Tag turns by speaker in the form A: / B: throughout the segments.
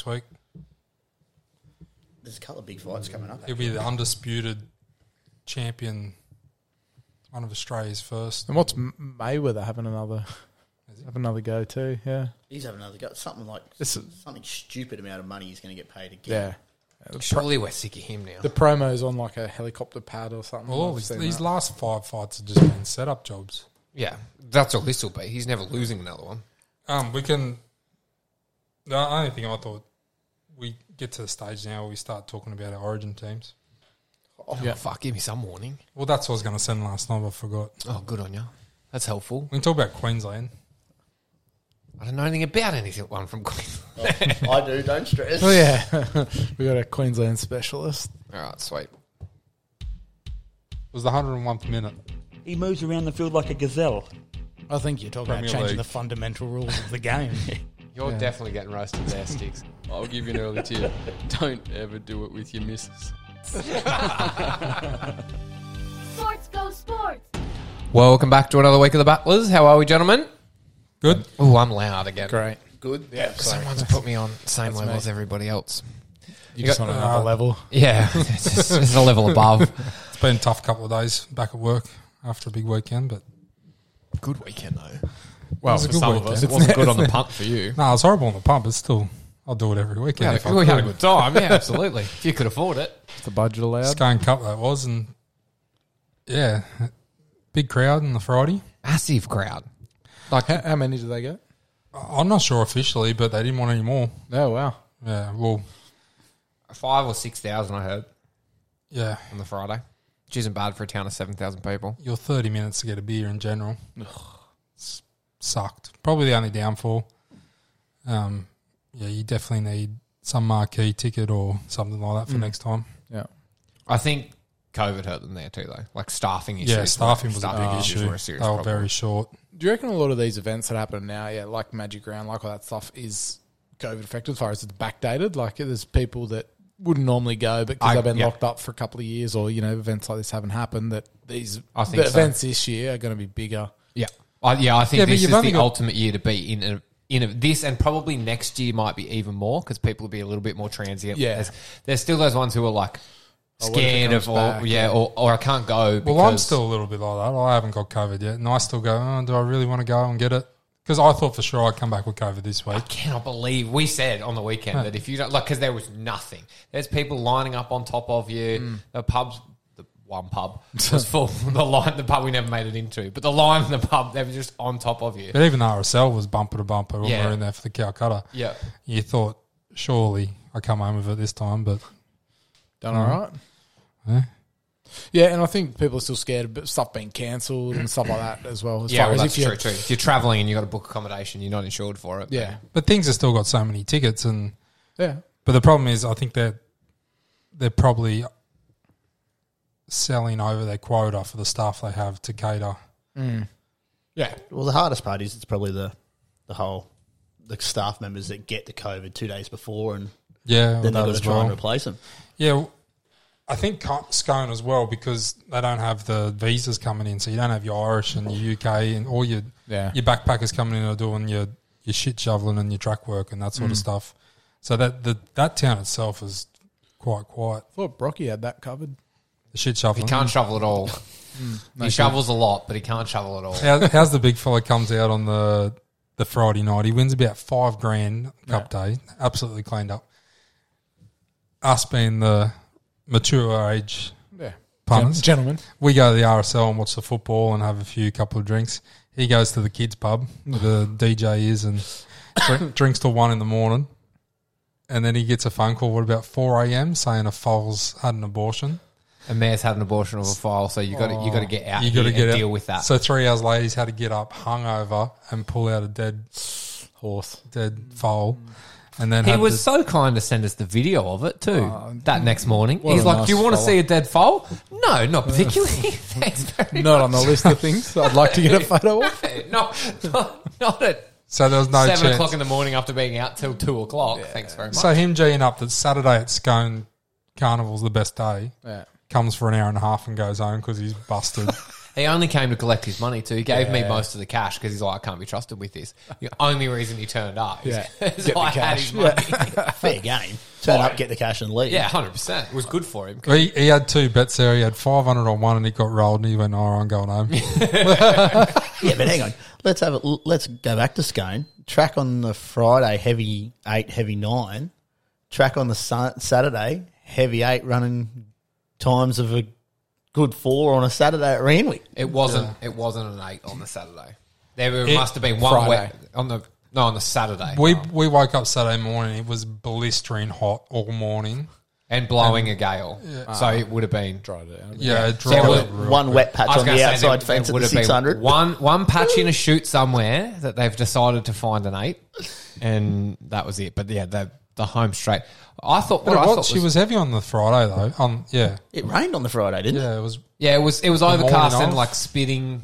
A: next week.
B: There's a couple of big fights coming up.
A: He'll be the undisputed champion, one of Australia's first.
C: And what's M- Mayweather having another
A: Is he?
C: have another go too? Yeah,
B: He's having another go. Something like
C: It's-
B: something stupid amount of money he's going to get paid again.
C: yeah.
D: Surely we're sick of him now.
C: The promo's on like a helicopter pad or something.
A: Well, all
C: I've
A: these,
C: seen
A: these
C: that.
A: last five fights have just been set up jobs.
D: yeah, that's all this will be. He's never losing another one.
A: Um, we can. The only thing I thought we get to the stage now where we start talking about our origin teams.
D: Oh,
C: Yeah.
D: fuck, give me some warning.
A: Well, that's what I was going to send last night. but I forgot.
D: Oh, good on you. That's helpful.
A: We can talk about Queensland.
D: I don't know anything about anything one from Queensland.
B: I do. Don't stress.
C: Oh yeah, we got a Queensland specialist.
D: All right, sweet.
A: It was the 101th minute.
E: He moves around the field like a gazelle.
F: I think you're talking about
A: Premier
F: changing
A: League.
F: the fundamental rules of the game.
D: You're definitely getting roasted there, Sticks.
G: I'll give you an early tip. Don't ever do it with your missus.
H: Sports go sports.
D: Welcome back to another week of the Butlers. How are we, gentlemen?
A: Good.
D: Oh, I'm loud again.
C: Great.
B: Good. Yeah. Sorry.
D: Someone's put me on same level
C: me.
D: as everybody else.
C: You uh, just on another level.
D: Yeah, it's, just- it's a level above.
A: It's been a tough couple of days back at work after a big weekend, but
D: Good weekend though.
A: Well,
D: for some of us, it wasn't good on the pump for you.
A: No, it's horrible on the pump, but still, I'll do it every weekend.
D: Yeah,
A: if I
D: we
A: could.
D: had a good time. Yeah, absolutely. if you could afford it.
C: Is the budget allowed?
A: Scone Cup that was, and yeah, big crowd on the Friday.
D: Massive crowd.
C: Like how, how many did they get?
A: I- I'm not sure officially, but they didn't want any more.
C: Oh wow,
A: Yeah, well,
D: Five or six thousand, I heard,
A: yeah,
D: on the Friday. Which isn't bad for a town of seven thousand people.
A: your 30 minutes to get a beer in general s- sucked. Probably the only downfall. Um, yeah, you definitely need some marquee ticket or something like
D: Mm.
A: that for next time.
C: yeah.
D: I think COVID hurt them there too, though. Like staffing issues.
A: Yeah, staffing
D: were-
A: was a big
D: issues
A: issue.
D: were a serious
A: they were
D: problem.
A: very short.
C: Do you reckon a lot of these events that happen now, yeah, like Magic Round, like all that stuff, is COVID affected as far as it's backdated? Like there's people that wouldn't normally go, but
D: I-
C: because they've been
D: yeah.
C: locked up for a couple of years, or you know, events like this haven't happened, that these
D: I think
C: the
D: so.
C: events this year are going to be bigger.
D: Yeah, I, yeah. I think
A: Yeah, but
D: this
A: you've
D: is the
A: only got-
D: ultimate year to be in. A, in a, this and probably next year might be even more because people will be a little bit more transient.
C: Yeah.
D: there's, there's still those ones who are like
A: Oh,
C: what if it
D: scared of
C: comes
D: or
C: back?
D: yeah, or, or I can't go. Because,
A: Well, I'm still a little bit like that. I haven't got COVID yet, and I still go, oh, do I really want to go and get it? Because I thought for sure I'd come back with COVID this week.
D: I cannot believe we said on the weekend that if you don't like, because there was nothing. There's people lining up on top of you. The pubs, the one pub was full. the line, the pub we never made it into, but the line in the pub they were just on top of you.
A: But even RSL was bumper to bumper when we
D: Yeah.
A: were in there for the Calcutta.
D: Yeah.
A: You thought, surely I come home with it this time, but
C: Done
D: Mm-hmm.
C: all right.
A: Yeah.
C: Yeah, and I think people are still scared of stuff being cancelled and stuff like that as well. As
D: Yeah,
C: far
D: well,
C: as
D: that's
C: if
D: true
C: you-
D: too. If you're traveling and you got to book accommodation, you're not insured for it.
C: Yeah,
A: but things have still got so many tickets, and
C: yeah.
A: but the problem is, I think that they're probably selling over their quota for the staff they have to cater.
C: Yeah,
B: Well, the hardest part is it's probably the the whole the staff members that get the COVID two days before, and
A: Yeah,
B: then
A: that
B: they've got
A: as
B: to try
A: well.
B: and replace them.
A: Yeah, w- I think Co- Scone as well because they don't have the visas coming in, so you don't have your Irish and your UK and all your
C: Yeah.
A: your backpackers coming in are doing your your shit shoveling and your track work and that sort of stuff. So that the, that town itself is quite quiet.
C: I thought Brocky had that covered.
A: The shit
D: He
A: shoveling.
D: can't shovel at all. he shovels a lot, but he can't shovel at all.
A: How, how's the big fella comes out on the the Friday night? He wins about five grand cup day, absolutely cleaned up. Us being the mature age
C: Yeah, Gen-
A: punters,
C: gentlemen.
A: we go to the RSL and watch the football and have a few couple of drinks. He goes to the kids pub, where the DJ is, and drink, drinks till one in the morning. And then he gets a phone call. What about four a.m. saying a foal's had an abortion?
D: A mayor's had an abortion of a file, so you got to you got to get out.
A: you got to
D: here and
A: get out.
D: deal with that.
A: So three hours later, he's had to get up hungover and pull out a dead horse, dead foal, and then
D: He
A: had
D: was
A: this-
D: so kind to send us the video of it too that next morning.
C: Oh, mm. what
D: He's
C: a
D: like,
C: nice
D: "Do you want to
C: fella."
D: see a dead foal?" No, not particularly. Thanks very
C: Not on the list of things I'd like to get a photo of.
D: much. No, not, not at
A: so there was no
D: seven
A: chance.
D: o'clock in the morning after being out till two o'clock. Thanks very much.
A: so him geeing up that Saturday at Scone Carnival's the best day.
C: Yeah.
A: Comes for an hour and a half and goes home because he's busted.
D: He only came to collect his money too. He gave me most of the cash because he's like, I can't be trusted with this. The only reason he turned up is
C: Yeah.
D: 'cause
C: Get the
D: I had
C: cash.
D: his money.
B: Fair game. Turn up, get the cash, and leave.
D: Yeah, hundred percent. It was good for him.
A: He, he had two bets there. He had 500 on one and he got rolled and he went, all right, I'm going home.
B: yeah. But hang on, let's have a let's go back to Scone. Track on the Friday, heavy eight, heavy nine. Track on the Sun- Saturday, heavy eight, running times of a good four on a Saturday at Randwick.
D: It wasn't. It wasn't an eight on the Saturday. There were-
A: It-
D: must have been one
C: Friday.
D: wet on the no on the Saturday.
A: we,
D: Oh.
A: we woke up Saturday morning. It was blistering hot all morning.
D: and blowing a gale, so it would have been.
C: Tried it. out.
A: Yeah, it
D: There
A: dried
D: was
A: up real
B: One
A: quick.
B: wet patch
D: I was
B: on
D: going
B: the
D: to say
B: outside fence
D: there- there
B: at
D: would
B: the
D: have been
B: six hundred.
D: One one patch in a shoot somewhere that they've decided to find an eight, and that was it. But yeah, the the home straight. I thought
A: But
D: what
A: it
D: I
A: was,
D: thought
A: she was heavy on the Friday though. Um, yeah,
B: It rained on the Friday, didn't it?
A: yeah, it was.
D: yeah, it was it was
A: morning
D: overcast and
A: of.
D: like spitting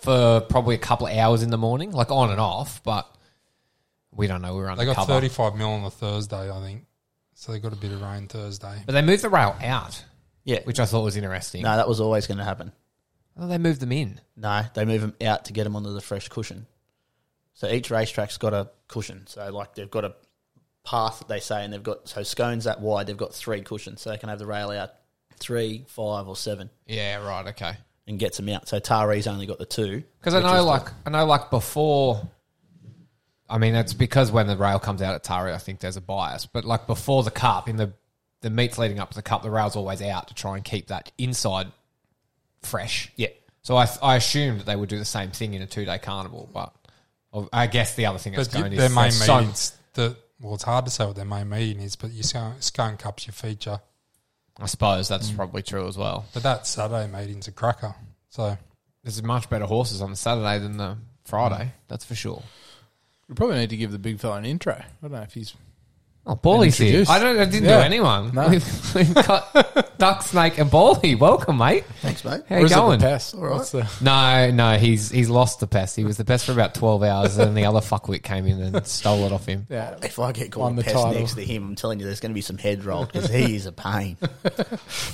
D: for probably a couple of hours in the morning, like on and off. But we don't know. We were
A: They got
D: undercover.
A: 35 mil on the Thursday, I think. So they got a bit of rain Thursday.
D: But they moved the rail out,
B: Yeah.
D: which I thought was interesting.
B: no, that was always going to happen.
D: Oh, they moved them in.
B: No, they move them out to get them onto the fresh cushion. So each racetrack's got a cushion. So like they've got a path they say, and they've got so scones that wide. They've got three cushions, so they can have the rail out three, five, or seven,
D: Yeah, right. Okay.
B: and gets them out. So Tari's only got the two.
D: Because I
B: which is
D: know,
B: the-
D: like, I know, like before. I mean, it's because when the rail comes out at Tari, I think there's a bias. But like before the cup, in the the meets leading up to the cup, the rail's always out to try and keep that inside fresh.
B: Yeah.
D: So I I assumed that they would do the same thing in a two day carnival, but I guess the other thing that's
A: But you,
D: going
A: their
D: is
A: main
D: they're so-
A: meetings, the, well, it's hard to say what their main meeting is, but your scone, scone cup's your feature.
D: I suppose
B: Mm.
D: that's probably true as well.
A: But that Saturday meeting's a cracker. So
D: There's much better horses on the Saturday than the Friday.
B: Mm.
D: That's for sure.
C: We probably need to give the big fella an intro. I don't know if he's.
D: Oh, Bawley's here.
C: Introduce.
D: I, don't, I didn't
C: Yeah.
D: do anyone.
C: No.
D: We've, we've got Duck, Snake, and Bawley. Welcome, mate.
B: thanks, mate.
D: How you
C: Or is it the
D: going?
C: pest? What's the-
D: No, no, he's he's lost the pest. He was the pest for about twelve hours, and the other fuckwit came in and stole it off him.
C: yeah.
B: If I get
C: Won
B: called
C: the
B: a pest
C: title.
B: next to him, I'm telling you, there's going to be some head roll because he is a pain.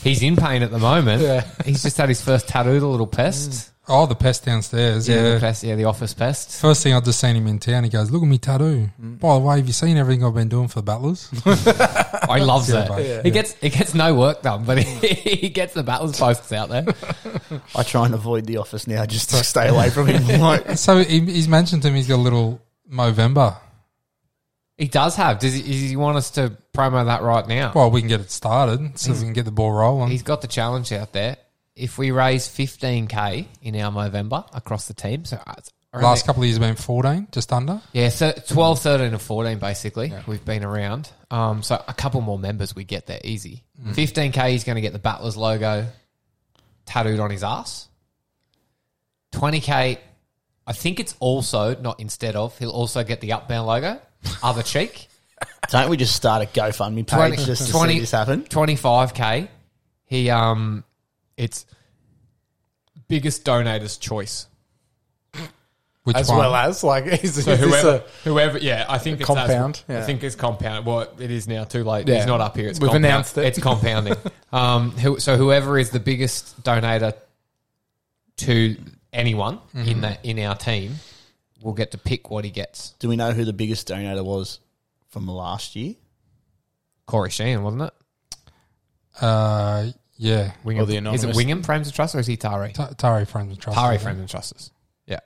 D: He's in pain at the moment.
C: Yeah. Mm.
D: He's just had his first tattoo, the little pest.
A: Oh, the pest downstairs.
D: Yeah,
A: Yeah.
D: the pest. Yeah, the office pest.
A: First thing I just seen him in town, he goes, "Look at me tattoo."
C: Mm.
A: By the way, have you seen everything I've been doing for the Battlers?
D: I loves
A: Yeah,
D: it.
A: mate.
D: He gets he gets no work done, but he, he gets the battles posts out there.
B: I try and avoid the office now just to stay away from him. Like,
A: so he, he's mentioned to me he's got a little Movember.
D: He does have. Does he, does he want us to promo that right now?
A: Well, we can get it started, so we can get the ball rolling.
D: He's got the challenge out there. If we raise 15k in our Movember across the team, so uh, it's around
A: Last
D: there-
A: couple of years have been fourteen, just under.
D: yeah, so 12, 13, and 14 basically. We've been around. Um, so a couple more members, we get there easy.
A: Mm.
D: 15k, he's going to get the Battlers logo tattooed on his ass. 20k, I think it's also not instead of. He'll also get the Upbound logo, other cheek.
B: don't we just start a GoFundMe page
D: 20
B: just to
D: 20
B: see this happen?
D: 25k. He um it's biggest donator's choice.
A: Which
C: As
A: one?
C: well as like he's,
D: So
C: is this
D: whoever
C: a-
D: whoever yeah, I think it's
C: Compound,
D: as-
C: yeah.
D: I think it's compound. Well, it is now too late.
C: Yeah.
D: He's not up here. It's
C: We've
D: compound.
C: announced it.
D: It's compounding. um who, so whoever is the biggest donator to anyone
C: Mm-hmm.
D: in that in our team will get to pick what he gets.
B: Do we know who the biggest donor was from last year?
D: Corey Sheehan, wasn't it?
A: uh, yeah,
D: Wingham.
C: Oh, the
D: is it
C: anonymous-
D: Wingham Frames of Trust or is he Tari?
A: Ta- Tari friends and trust.
D: Tari Frames and Trusts. Yeah.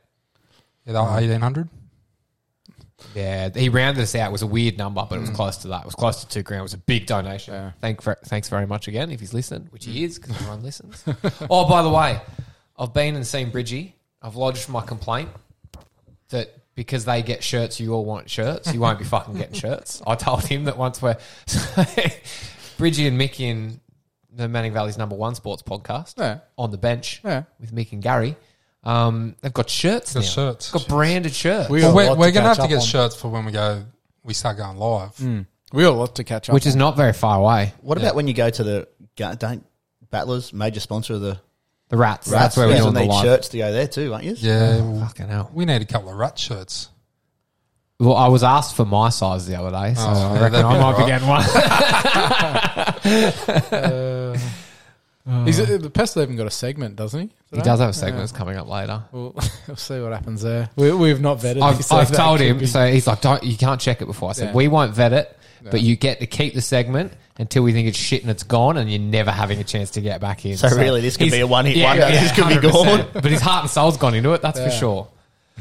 A: Yeah, they were eighteen hundred.
D: Yeah, he rounded us out. It was a weird number, but it was close to that. It was close to two grand. It was a big donation.
C: Mm. Yeah. Mm.
D: Thank for, thanks very much again if he's listened, which he is because everyone listens. oh, by the way, I've been and seen Bridgie. I've lodged my complaint that because they get shirts, you all want shirts. You won't be fucking getting shirts. I told him that once we're Bridgie and Mickey and the Manning Valley's number one sports podcast
C: Yeah.
D: on the bench
C: Yeah.
D: with Mick and Gary. Um, they've got shirts
A: Got
D: now.
A: shirts.
D: Got branded shirts.
C: We
A: Well,
C: got a
A: we're
C: lot
A: we're gonna have
C: catch
A: to
C: up
A: get
C: on. Mm.
A: shirts for when we go. We start going live.
C: We all love to catch up.
D: which is not very far away.
B: What about when you go to the ga- don't Battlers major sponsor of the Rats?
D: The rats. That's where we're
B: you
D: doing the
B: need
D: live.
B: shirts to go there too, aren't you?
A: Yeah, well,
D: Fucking hell.
A: we need a couple of rat shirts.
D: Well, I was asked for my size the other day, so I
A: yeah,
D: reckon
A: that'd
D: I
A: be
D: might be
A: alright.
D: getting one.
C: He's, uh, the Pestle even got a segment, doesn't he?
D: He does have a segment that's coming up later.
C: We'll, we'll see what happens there. We, we've not vetted.
D: I've,
C: this, so
D: I've
C: that
D: told
C: could
D: him,
C: be-
D: so he's like, "Don't you can't check it before." I said,
C: Yeah.
D: "We won't vet it, but
C: Yeah.
D: you get to keep the segment until we think it's shit and it's gone, and you're never having a chance to get back in."
B: So really, this could
D: he's-
B: be a one-hit wonder. This could be
D: 100%.
B: gone.
D: but his heart and soul's gone into it. That's for
C: Yeah.
D: sure.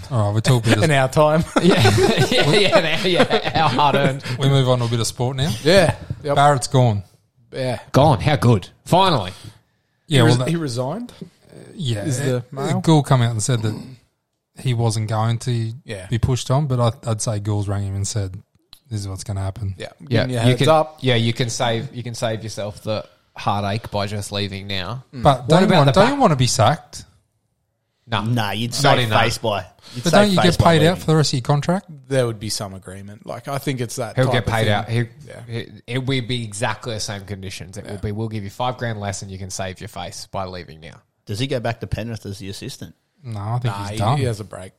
A: All right, we talk a bit. Of,
C: in our time.
D: Yeah, yeah, yeah, yeah. Our hard earned,
A: we move on to a bit of sport now.
C: yeah, Yep.
A: Barrett's gone.
C: yeah.
D: gone. How good? Finally,
A: Yeah,
C: he,
A: well,
C: res-
A: that,
C: he resigned.
A: yeah.
C: is the mail?
A: Gould come out and said that he wasn't going to
C: Yeah.
A: be pushed on, but I, I'd say Gould's rang him and said, "This is what's going to happen."
C: Yeah, Give
D: yeah,
C: him your heads
D: can,
C: up.
D: yeah, you can save, you can save yourself the heartache by just leaving now.
C: Mm.
B: Hmm.
A: But don't, you
D: about
A: want,
D: the
A: don't
D: back-
A: you want to be sacked?
D: No,
B: Nah, you'd
D: Not
B: say
D: enough.
B: face by. You'd
A: But
B: say
A: don't you
B: face
A: get
B: by
A: paid out
B: leaving.
A: for the rest of your contract?
C: There would be some agreement. Like I think it's that.
D: He'll
C: type
D: get
C: of
D: paid
C: thing.
D: out. He'll,
C: Yeah.
D: it, it will be exactly the same conditions. It will be. We'll give you five grand less, and you can save your face by leaving now.
B: Does he go back to Penrith as the assistant?
A: No, I think
C: Nah,
A: he's
C: he,
A: done.
C: he has a break.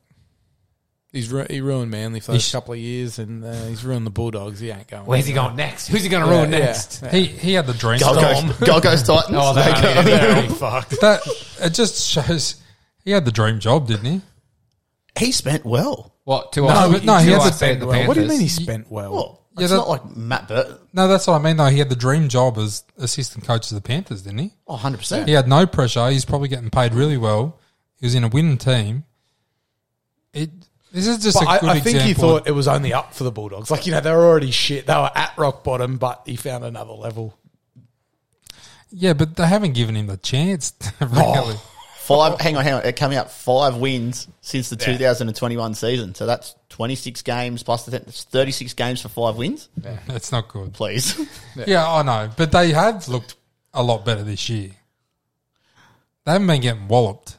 C: He's ru- he ruined Manly for
A: He
C: those
A: sh-
C: couple of years, and uh, he's ruined the Bulldogs. He ain't going.
D: Where's he going next? Who's he going to
C: Yeah,
D: ruin
C: yeah.
D: next?
A: he, he had the dream.
B: Gold Coast, Gold Coast Titans.
D: Oh,
B: They
D: that-
B: go-
A: that it just shows he had the dream job, didn't he?
B: he spent well.
D: What? Two
A: No, but no, he has a
D: spent the
A: well,
C: What do you mean he
D: Panthers.
C: spent well?
B: Well,
A: Yeah,
B: it's
A: that-
B: not like Matt Burton.
A: No, that's what I mean. Though he had the dream job as assistant coach of the Panthers, didn't he?
B: Oh, 100%.
A: He had no pressure. He's probably getting paid really well. He was in a winning team. It this is just
C: But
A: a good
C: I, I think
A: example.
C: he thought it was only up for the Bulldogs. Like you know, they were already shit. They were at rock bottom, but he found another level.
A: yeah, but they haven't given him the chance. really,
D: Oh.
B: Five. Hang on, hang on. It coming up five wins since the 2021 season. So that's 26 games plus the 10, that's 36 games for five wins.
A: that's not good.
B: Please.
A: Yeah. I know, but they have looked a lot better this year. They haven't been getting walloped.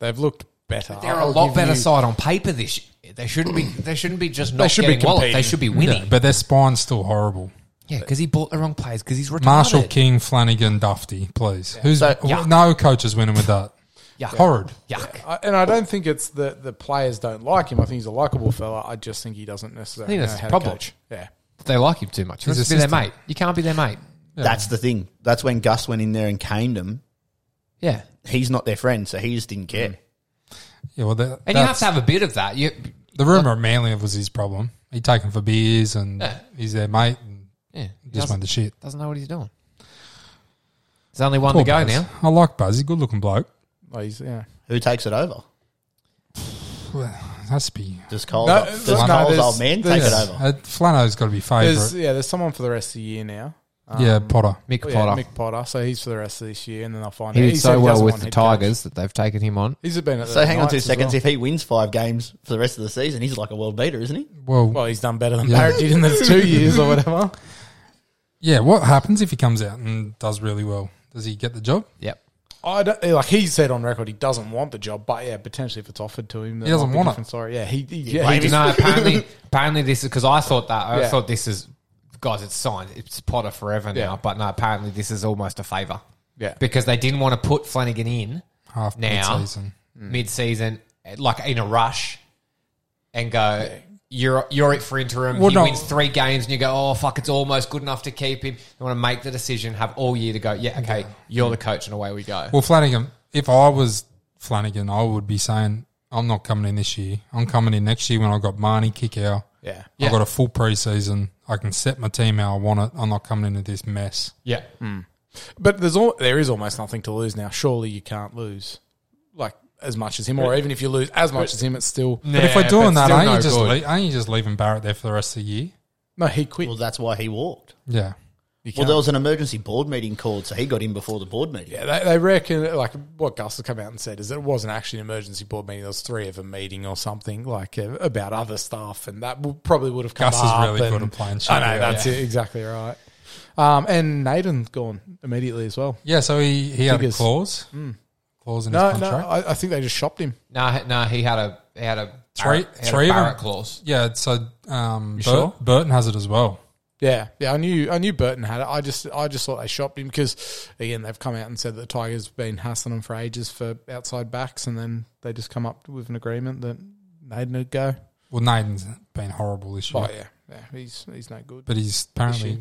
C: They've looked better.
D: They're a
C: I'll
D: lot
C: give
D: better
C: you-
D: side on paper this year. They shouldn't be. They shouldn't be just not
C: should be
D: getting walloped. They
C: competing.
D: should be winning.
A: But their spine's still horrible.
D: Yeah, because he bought the wrong players. Because he's retarded.
A: Marshall King, Flanagan, Dufty, please. Who's
B: So-
A: w- no coach is winning with that?
D: Yuck.
A: Horrid.
D: Yuck.
C: I- and I don't think it's that the players don't like him. I think he's a likable fella. I just think he doesn't necessarily
D: I think
C: know
D: that's
C: how
D: the problem.
C: to coach. Yeah,
D: They like him too much. He
A: His
D: wants to be their mate.
A: assistant.
D: You can't be their mate.
B: That's the thing. That's when Gus went in there and caned him.
D: Yeah.
B: He's not their friend, so he just didn't care.
C: Mm.
A: Yeah, well, that,
D: And you have
A: that's-
D: to have a bit of that. You,
A: the rumor of Manly was his problem. He taken for beers and
D: Yeah.
A: he's their mate and
D: yeah. He
A: just
D: doesn't-
A: made the shit.
D: Doesn't know what he's doing. There's only one
A: Poor
D: to go
A: Buzz.
D: now.
A: I like Buzz. He's a good looking bloke.
C: Well, he's yeah.
B: Who takes it over?
A: That's be.
B: Does Cole's,
C: No, uh,
B: old- does
C: no,
B: Cole's
C: there's-
B: old man take it
C: there's-
B: over?
A: Uh, Flano's got to be
C: There's
A: favourite.
C: yeah. There's someone for the rest of the year now.
A: yeah,
D: um,
A: Potter.
D: Mick
C: Oh,
D: Potter.
C: yeah, Mick Potter. So he's for the rest of this year, and then they'll find.
D: He
C: out.
D: did
C: said
D: so well
C: doesn't
D: with
C: want
D: the
C: head coach.
D: Tigers that they've taken him on.
C: He's been at the
B: So hang on two
C: Knights as
B: seconds.
C: well.
B: If he wins five games for the rest of the season, he's like a world beater, isn't he?
A: Well,
C: Well, he's done better than
A: Yeah.
C: Barrett did in those two years or whatever.
A: yeah. What happens if he comes out and does really well? Does he get the job?
D: Yep.
C: I don't, like he said on record he doesn't want the job, but yeah, potentially if it's offered to him, that
A: He doesn't
C: might be a
A: want it.
C: different Story. Yeah, he, he- yeah,
D: He
C: he
D: did- no, apparently, apparently this is because I thought that. I
C: Yeah.
D: thought this is guys. It's signed. It's Potter forever now.
C: Yeah.
D: But no, apparently this is almost a favour.
C: Yeah.
D: because they didn't want to put Flanagan in
A: Half
D: Now.
A: season.
D: Mm. mid-season, like in a rush, and go. You're you're it for interim.
A: Well,
D: he
A: no.
D: wins three games, and you go, oh fuck, it's almost good enough to keep him. They want to make the decision, have all year to go. Yeah, okay, you're the coach, and away we go.
A: Well, Flanagan, if I was Flanagan, I would be saying, I'm not coming in this year. I'm coming in next year when I've got Marnie, Kickow.
C: yeah.
D: Yeah.
A: I've got a full preseason. I can set my team how I want it. I'm not coming into this mess.
D: yeah,
C: But there's all there is almost nothing to lose now. Surely you can't lose like as much as him, or even if you lose as much as him, it's still
A: But if we're doing that,
D: still
A: aren't,
D: no
A: you just
D: good.
A: le- aren't you just leaving Barrett there for the rest of the year?
C: no. He quit.
B: Well, that's why he walked.
A: Yeah.
C: You
B: Well,
C: can't-
B: there was an emergency board meeting called, so he got in before the board meeting.
C: Yeah, they, they reckon like what Gus has come out and said is that it wasn't actually an emergency board meeting. There was three of a meeting or something like uh, about other stuff, and that w- probably would have come
A: Gus is
C: up
A: really
C: and-
A: good at playing
C: I
A: shadow,
C: know that's
A: yeah.
C: it, exactly right. Um, and Nathan's gone immediately as well.
A: Yeah, so he, he had a
C: Figures. Hmm.
A: clause. Clause in
C: No,
A: his
C: no,
A: contract.
C: I, I think they just shopped him.
D: no, he- no, he had a he had a
A: Three-
D: Barrett- he had a
A: three of 'em.
D: Barrett clause.
A: yeah, so um, Bur-
C: sure?
A: Burton has it as well.
C: Yeah, yeah, I knew, I knew Burton had it. I just, I just thought they shopped him because again they've come out and said that the Tigers have been hassling them for ages for outside backs, and then they just come up with an agreement that Nathan would go.
A: Well, Naden's been horrible this year,
C: Oh yeah, yeah, he's he's no good.
A: but he's apparently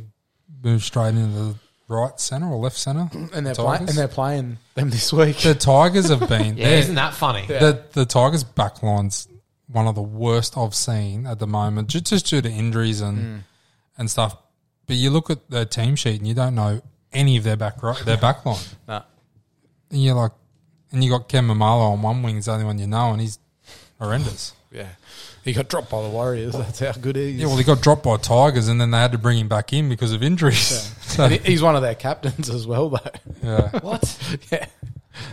A: moved straight into the right centre or left centre.
C: and
A: the
C: they're playing and
A: Tigers?
C: they're playing them this week.
A: the Tigers have been.
D: Yeah,
A: they're-
D: isn't that funny?
A: the the Tigers backline's one of the worst I've seen at the moment, ju- just due to injuries and and stuff. But you look at their team sheet and you don't know any of their back ro- their backline.
G: Nah.
A: And you're like, and you got Ken Mamalo on one wing, is the only one you know, and he's horrendous.
C: yeah, he got dropped by the Warriors. That's how good he is.
A: yeah, well, he got dropped by Tigers, and then they had to bring him back in because of injuries. So,
C: And he- he's one of their captains as well, though.
A: yeah. Oh,
D: What?
C: yeah,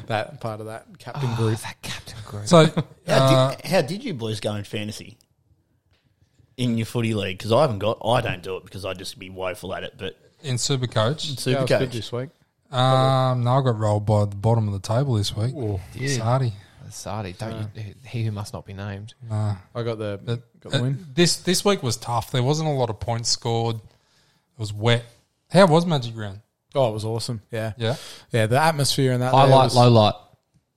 C: that part of that captain group. That captain group.
A: So,
B: How,
A: uh,
B: did, how did you boys go in fantasy in your footy league? Because I haven't got, I don't do it because I'd just be woeful at it. But
A: in Supercoach,
C: Yeah, it
B: super
C: was good
B: coach,
C: this week.
A: um, no, I got rolled by the bottom of the table this week. Sardi.
D: Sadi, don't you, he who must not be named.
C: I got the
A: But
C: got
A: uh,
C: the win.
A: this this week was tough. There wasn't a lot of points scored. It was wet. How was Magic Round?
C: Oh, it was awesome. Yeah,
A: Yeah,
C: yeah. The atmosphere in that. there
D: Highlight,
C: was-
D: low light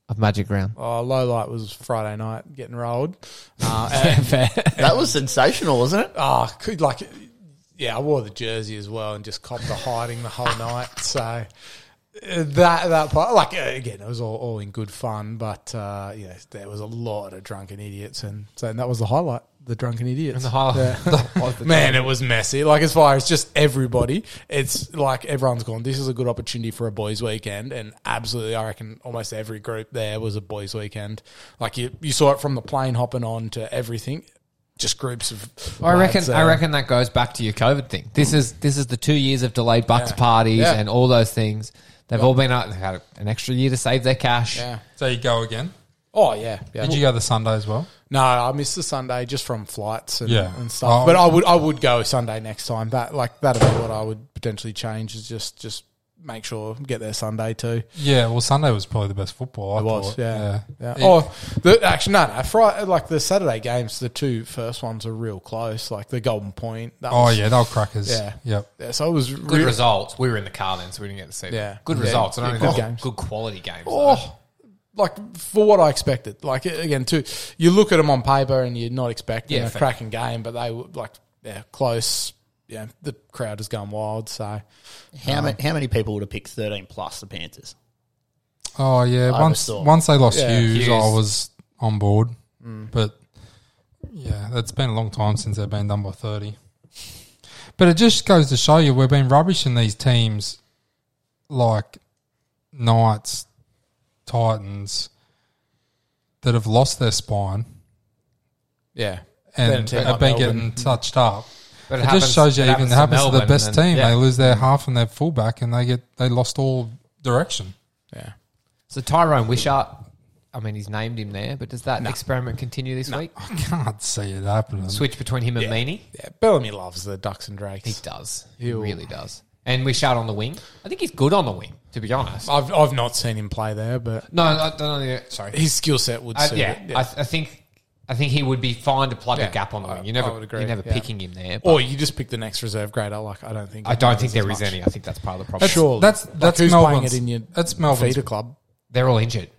D: of Magic Round.
C: Oh, low light was Friday night getting rolled. Uh, and,
B: that was sensational, wasn't it?
C: Ah, could like, yeah, I wore the jersey as well and just copped the hiding the whole night. So uh, that that part, like uh, again, it was all, all in good fun, but uh, yeah, there was a lot of drunken idiots, and so and that was the highlight. The drunken idiots.
D: The highlight.
C: Man, it was messy. Like as far as just everybody, it's like everyone's gone. This is a good opportunity for a boys' weekend, and absolutely, I reckon almost every group there was a boys' weekend. Like you, you saw it from the plane hopping on to everything. Just groups of.
D: I reckon.
C: lads,
D: I
C: uh,
D: reckon that goes back to your COVID thing. This is this is the two years of delayed bucks
C: Yeah.
D: parties
C: Yeah.
D: and all those things. They've all been out. They've had an extra year to save their cash.
C: Yeah.
A: so you go again.
C: Oh yeah. yeah.
A: Did you go the Sunday as well?
C: No, I missed the Sunday just from flights and,
A: Yeah.
C: and stuff.
A: Oh.
C: But I would I would go Sunday next time. That like that'd be what I would potentially change is just just make sure get there Sunday too.
A: Yeah, well, Sunday was probably the best football. I
C: It was
A: thought.
C: yeah. yeah.
A: It-
C: Oh, the, actually no, no. Friday, like the Saturday games, the two first ones are real close. Like the Golden Point. That
A: oh
C: was-
A: yeah, they were crackers.
C: Yeah.
A: yep.
C: yeah. So it was
D: Good
C: real-
D: results. We were in the car then, so we didn't get to see. them.
C: Yeah.
D: Good
C: Yeah.
D: results. And
C: Yeah,
D: only
C: good
D: good,
C: games.
D: good quality games. though.
C: Oh, like for what I expected. Like again, too, you look at them on paper and you're not expecting
D: Yeah,
C: a
D: fair.
C: cracking game, but they were like yeah, close. Yeah, the crowd has gone wild. So
B: How,
C: uh-huh.
B: ma- how many people would have picked 13 plus the Panthers?
A: Oh yeah.
B: I
A: once
B: oversaw.
A: once they lost
C: Yeah.
A: Hughes,
D: Hughes.
A: I was on board. But yeah, it's been a long time since they've been done by thirty. But it just goes to show you we've been rubbish in these teams, like Knights, Titans, that have lost their spine
C: yeah,
A: and
C: Then a team
A: have
C: like
A: been
C: Melbourne.
A: getting touched up.
D: But
A: It, just shows you even it happens to the
D: Melbourne
A: best
D: and-
A: team.
D: yeah.
A: They lose their half and their fullback, and they get they lost all direction.
C: yeah.
D: So Tyrone Wishart. I mean, he's named him there, but does that experiment continue this week?
A: I can't see it happening.
D: Switch between him and Meany.
C: Yeah, Bellamy loves the Ducks and Drakes.
D: He does. He really does. And Wishart on the wing. I think he's good on the wing. To be honest.
C: I've I've not seen him play there, but
D: No, I don't know. Sorry.
C: his skill set would
D: I,
C: suit
D: yeah,
C: it.
D: I, I think I think he would be fine to plug
C: Yeah,
D: a gap on the
C: I-
D: wing. You're
C: I
D: never,
C: would agree,
D: you're never
C: yeah.
D: picking him there. But
C: or you just pick the next reserve grader. Like I don't think
D: I don't
C: matters
D: think
C: as
D: there is
C: much.
D: any. I think that's part of the problem.
C: Surely.
A: That's
C: Like,
A: that's
C: who's playing
A: Melbourne's.
C: it in your
A: that's Melbourne's.
C: feeder club.
D: They're all injured.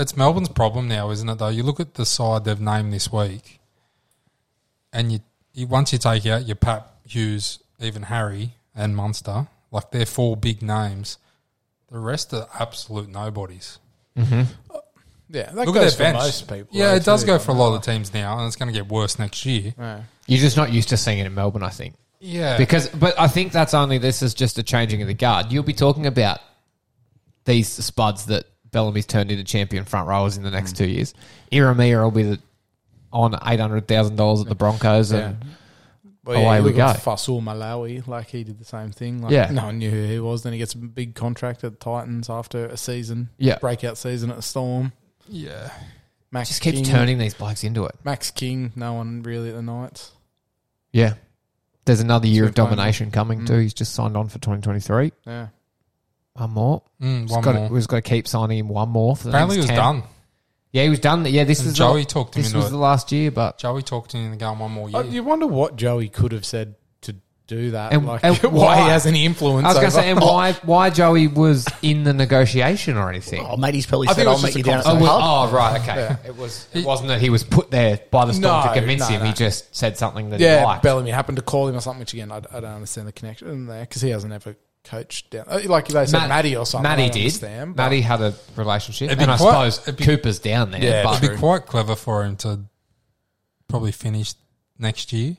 A: It's Melbourne's problem now, isn't it? Though you look at the side they've named this week, and you, you once you take out your Pat Hughes, even Harry and Munster, like they're four big names. The rest are absolute nobodies.
C: Yeah, that
A: Look
C: goes
A: at their
C: for
A: bench.
C: most people.
A: yeah,
C: though,
A: it does
C: too.
A: go for a lot of the teams now, and it's going to get worse next year.
D: You're just not used to seeing it in Melbourne, I think.
A: Yeah,
D: Because, but I think that's only this is just a changing of the guard. You'll be talking about these spuds that Bellamy's turned into champion front rowers in the next
C: Mm.
D: two years. Iramia will be the, on eight hundred thousand dollars at the Broncos, and
C: Well,
D: Away
C: you
D: we
C: look at
D: go.
C: Fasul Malawi, like he did the same thing. Like,
D: Yeah.
C: no one knew who he was. Then he gets a big contract at the Titans after a season,
D: Yeah.
C: breakout season at the Storm.
A: yeah,
C: Max
D: just keeps
C: King,
D: turning these blokes into it.
C: Max King, no one really at the Knights.
D: Yeah. There's another year
C: So
D: of
C: fine.
D: domination coming too. He's just signed on for 2023.
C: Yeah,
D: One more.
A: Mm,
D: He's
A: one
D: got
A: more.
D: To, we've got to keep signing him one more. For the
A: Apparently, it
D: next
A: was
D: 10.
A: done.
D: Yeah, he was done. Yeah, this
A: And
D: is
A: Joey
D: the,
A: talked him
D: This
A: into
D: was
A: it.
D: the last year, but
A: Joey talked in the game one more year.
C: Uh, you wonder what Joey could have said to do that,
D: And-
C: like
D: and
C: why,
D: why-
C: he has any influence.
D: I was going to
C: over-
D: say, and why why Joey was in the negotiation or anything?
B: Oh, mate, he's probably
C: I
B: said,
C: think it
B: I'll
C: was
B: meet
C: just
B: you
C: a
B: down at the
D: Oh,
B: pub.
D: well- oh, right, okay. It was. It wasn't that he was put there by the storm
C: No,
D: to convince
C: no,
D: him.
C: no.
D: He just said something that he
C: yeah,
D: liked.
C: Bellamy happened to call him or something. Which again, I, I don't understand the connection there because he hasn't ever coach down. uh, Like they said,
D: Matt-
C: Matty or something. I
D: Matty
C: don't
D: did.
C: understand, but-
D: Matty had a relationship,
A: It'd be
D: and I
A: quite-
D: suppose
A: it'd be-
D: Cooper's down there.
C: Yeah,
D: but
C: it'd
A: It'd be quite clever for him to probably finish next year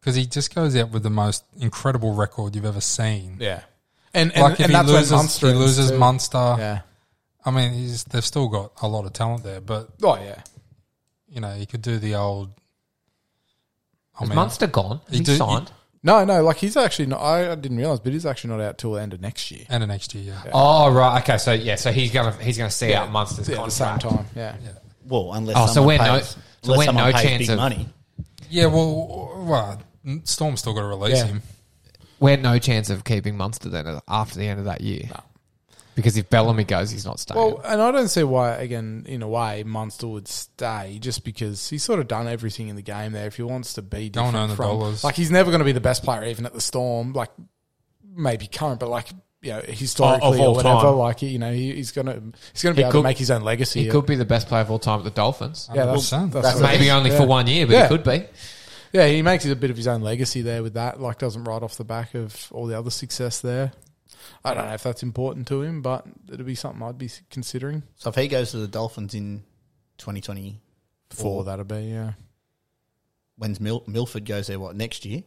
A: because he just goes out with the most incredible record you've ever seen.
C: Yeah. And, and,
A: Like if
C: and
A: he
C: that's
A: loses,
C: when Munster
A: he
C: is
A: loses
C: too.
A: Munster.
C: Yeah.
A: I mean, he's, they've still got a lot of talent there, but
C: Oh, yeah.
A: you know, he could do the old. I
D: is
A: mean,
D: Munster gone? Is
A: You
D: he
A: do- you-
D: signed?
C: No, no. Like he's actually not. I, I didn't realize, but he's actually not out till the end of next year.
A: and the next year, yeah.
D: Oh right, okay. So yeah, so he's gonna he's gonna see out Munster's
C: Yeah, at the same
D: contract.
C: time. Yeah.
B: Well, unless
D: Oh, so
B: someone
D: we're no-
B: pays,
D: so
B: unless
D: we're
B: someone
D: no
B: pays
D: chance
B: big
D: of-
B: money.
A: Yeah, well, well, Storm's still got to release
C: Yeah.
A: him.
D: We had no chance of keeping Munster then after the end of that year, because if Bellamy goes, he's not staying.
C: Well, and I don't see why, again, in a way, Munster would stay just because he's sort of done everything in the game there. If he wants to be
A: Don't
C: different
A: earn the
C: from,
A: dollars.
C: like he's never going to be the best player, even at the Storm. Like maybe current, but like you know, historically or
D: all
C: whatever.
D: time.
C: Like you know, he, he's gonna he's gonna be
D: He
C: able
D: could-
C: to make his own legacy.
D: he could be the best player of all time at the Dolphins.
C: yeah, that's,
A: Well,
C: that's
B: that's
C: what it
D: Maybe
C: is.
D: only
C: Yeah.
D: for one year, but
C: Yeah.
D: he could be.
C: Yeah, he makes a bit of his own legacy there with that. Like, doesn't write off the back of all the other success there. I don't know if that's important to him, but it'd be something I'd be considering.
B: So if he goes to the Dolphins in 2020,
C: For that'd be yeah,
B: when Mil- Milford goes there, what next year?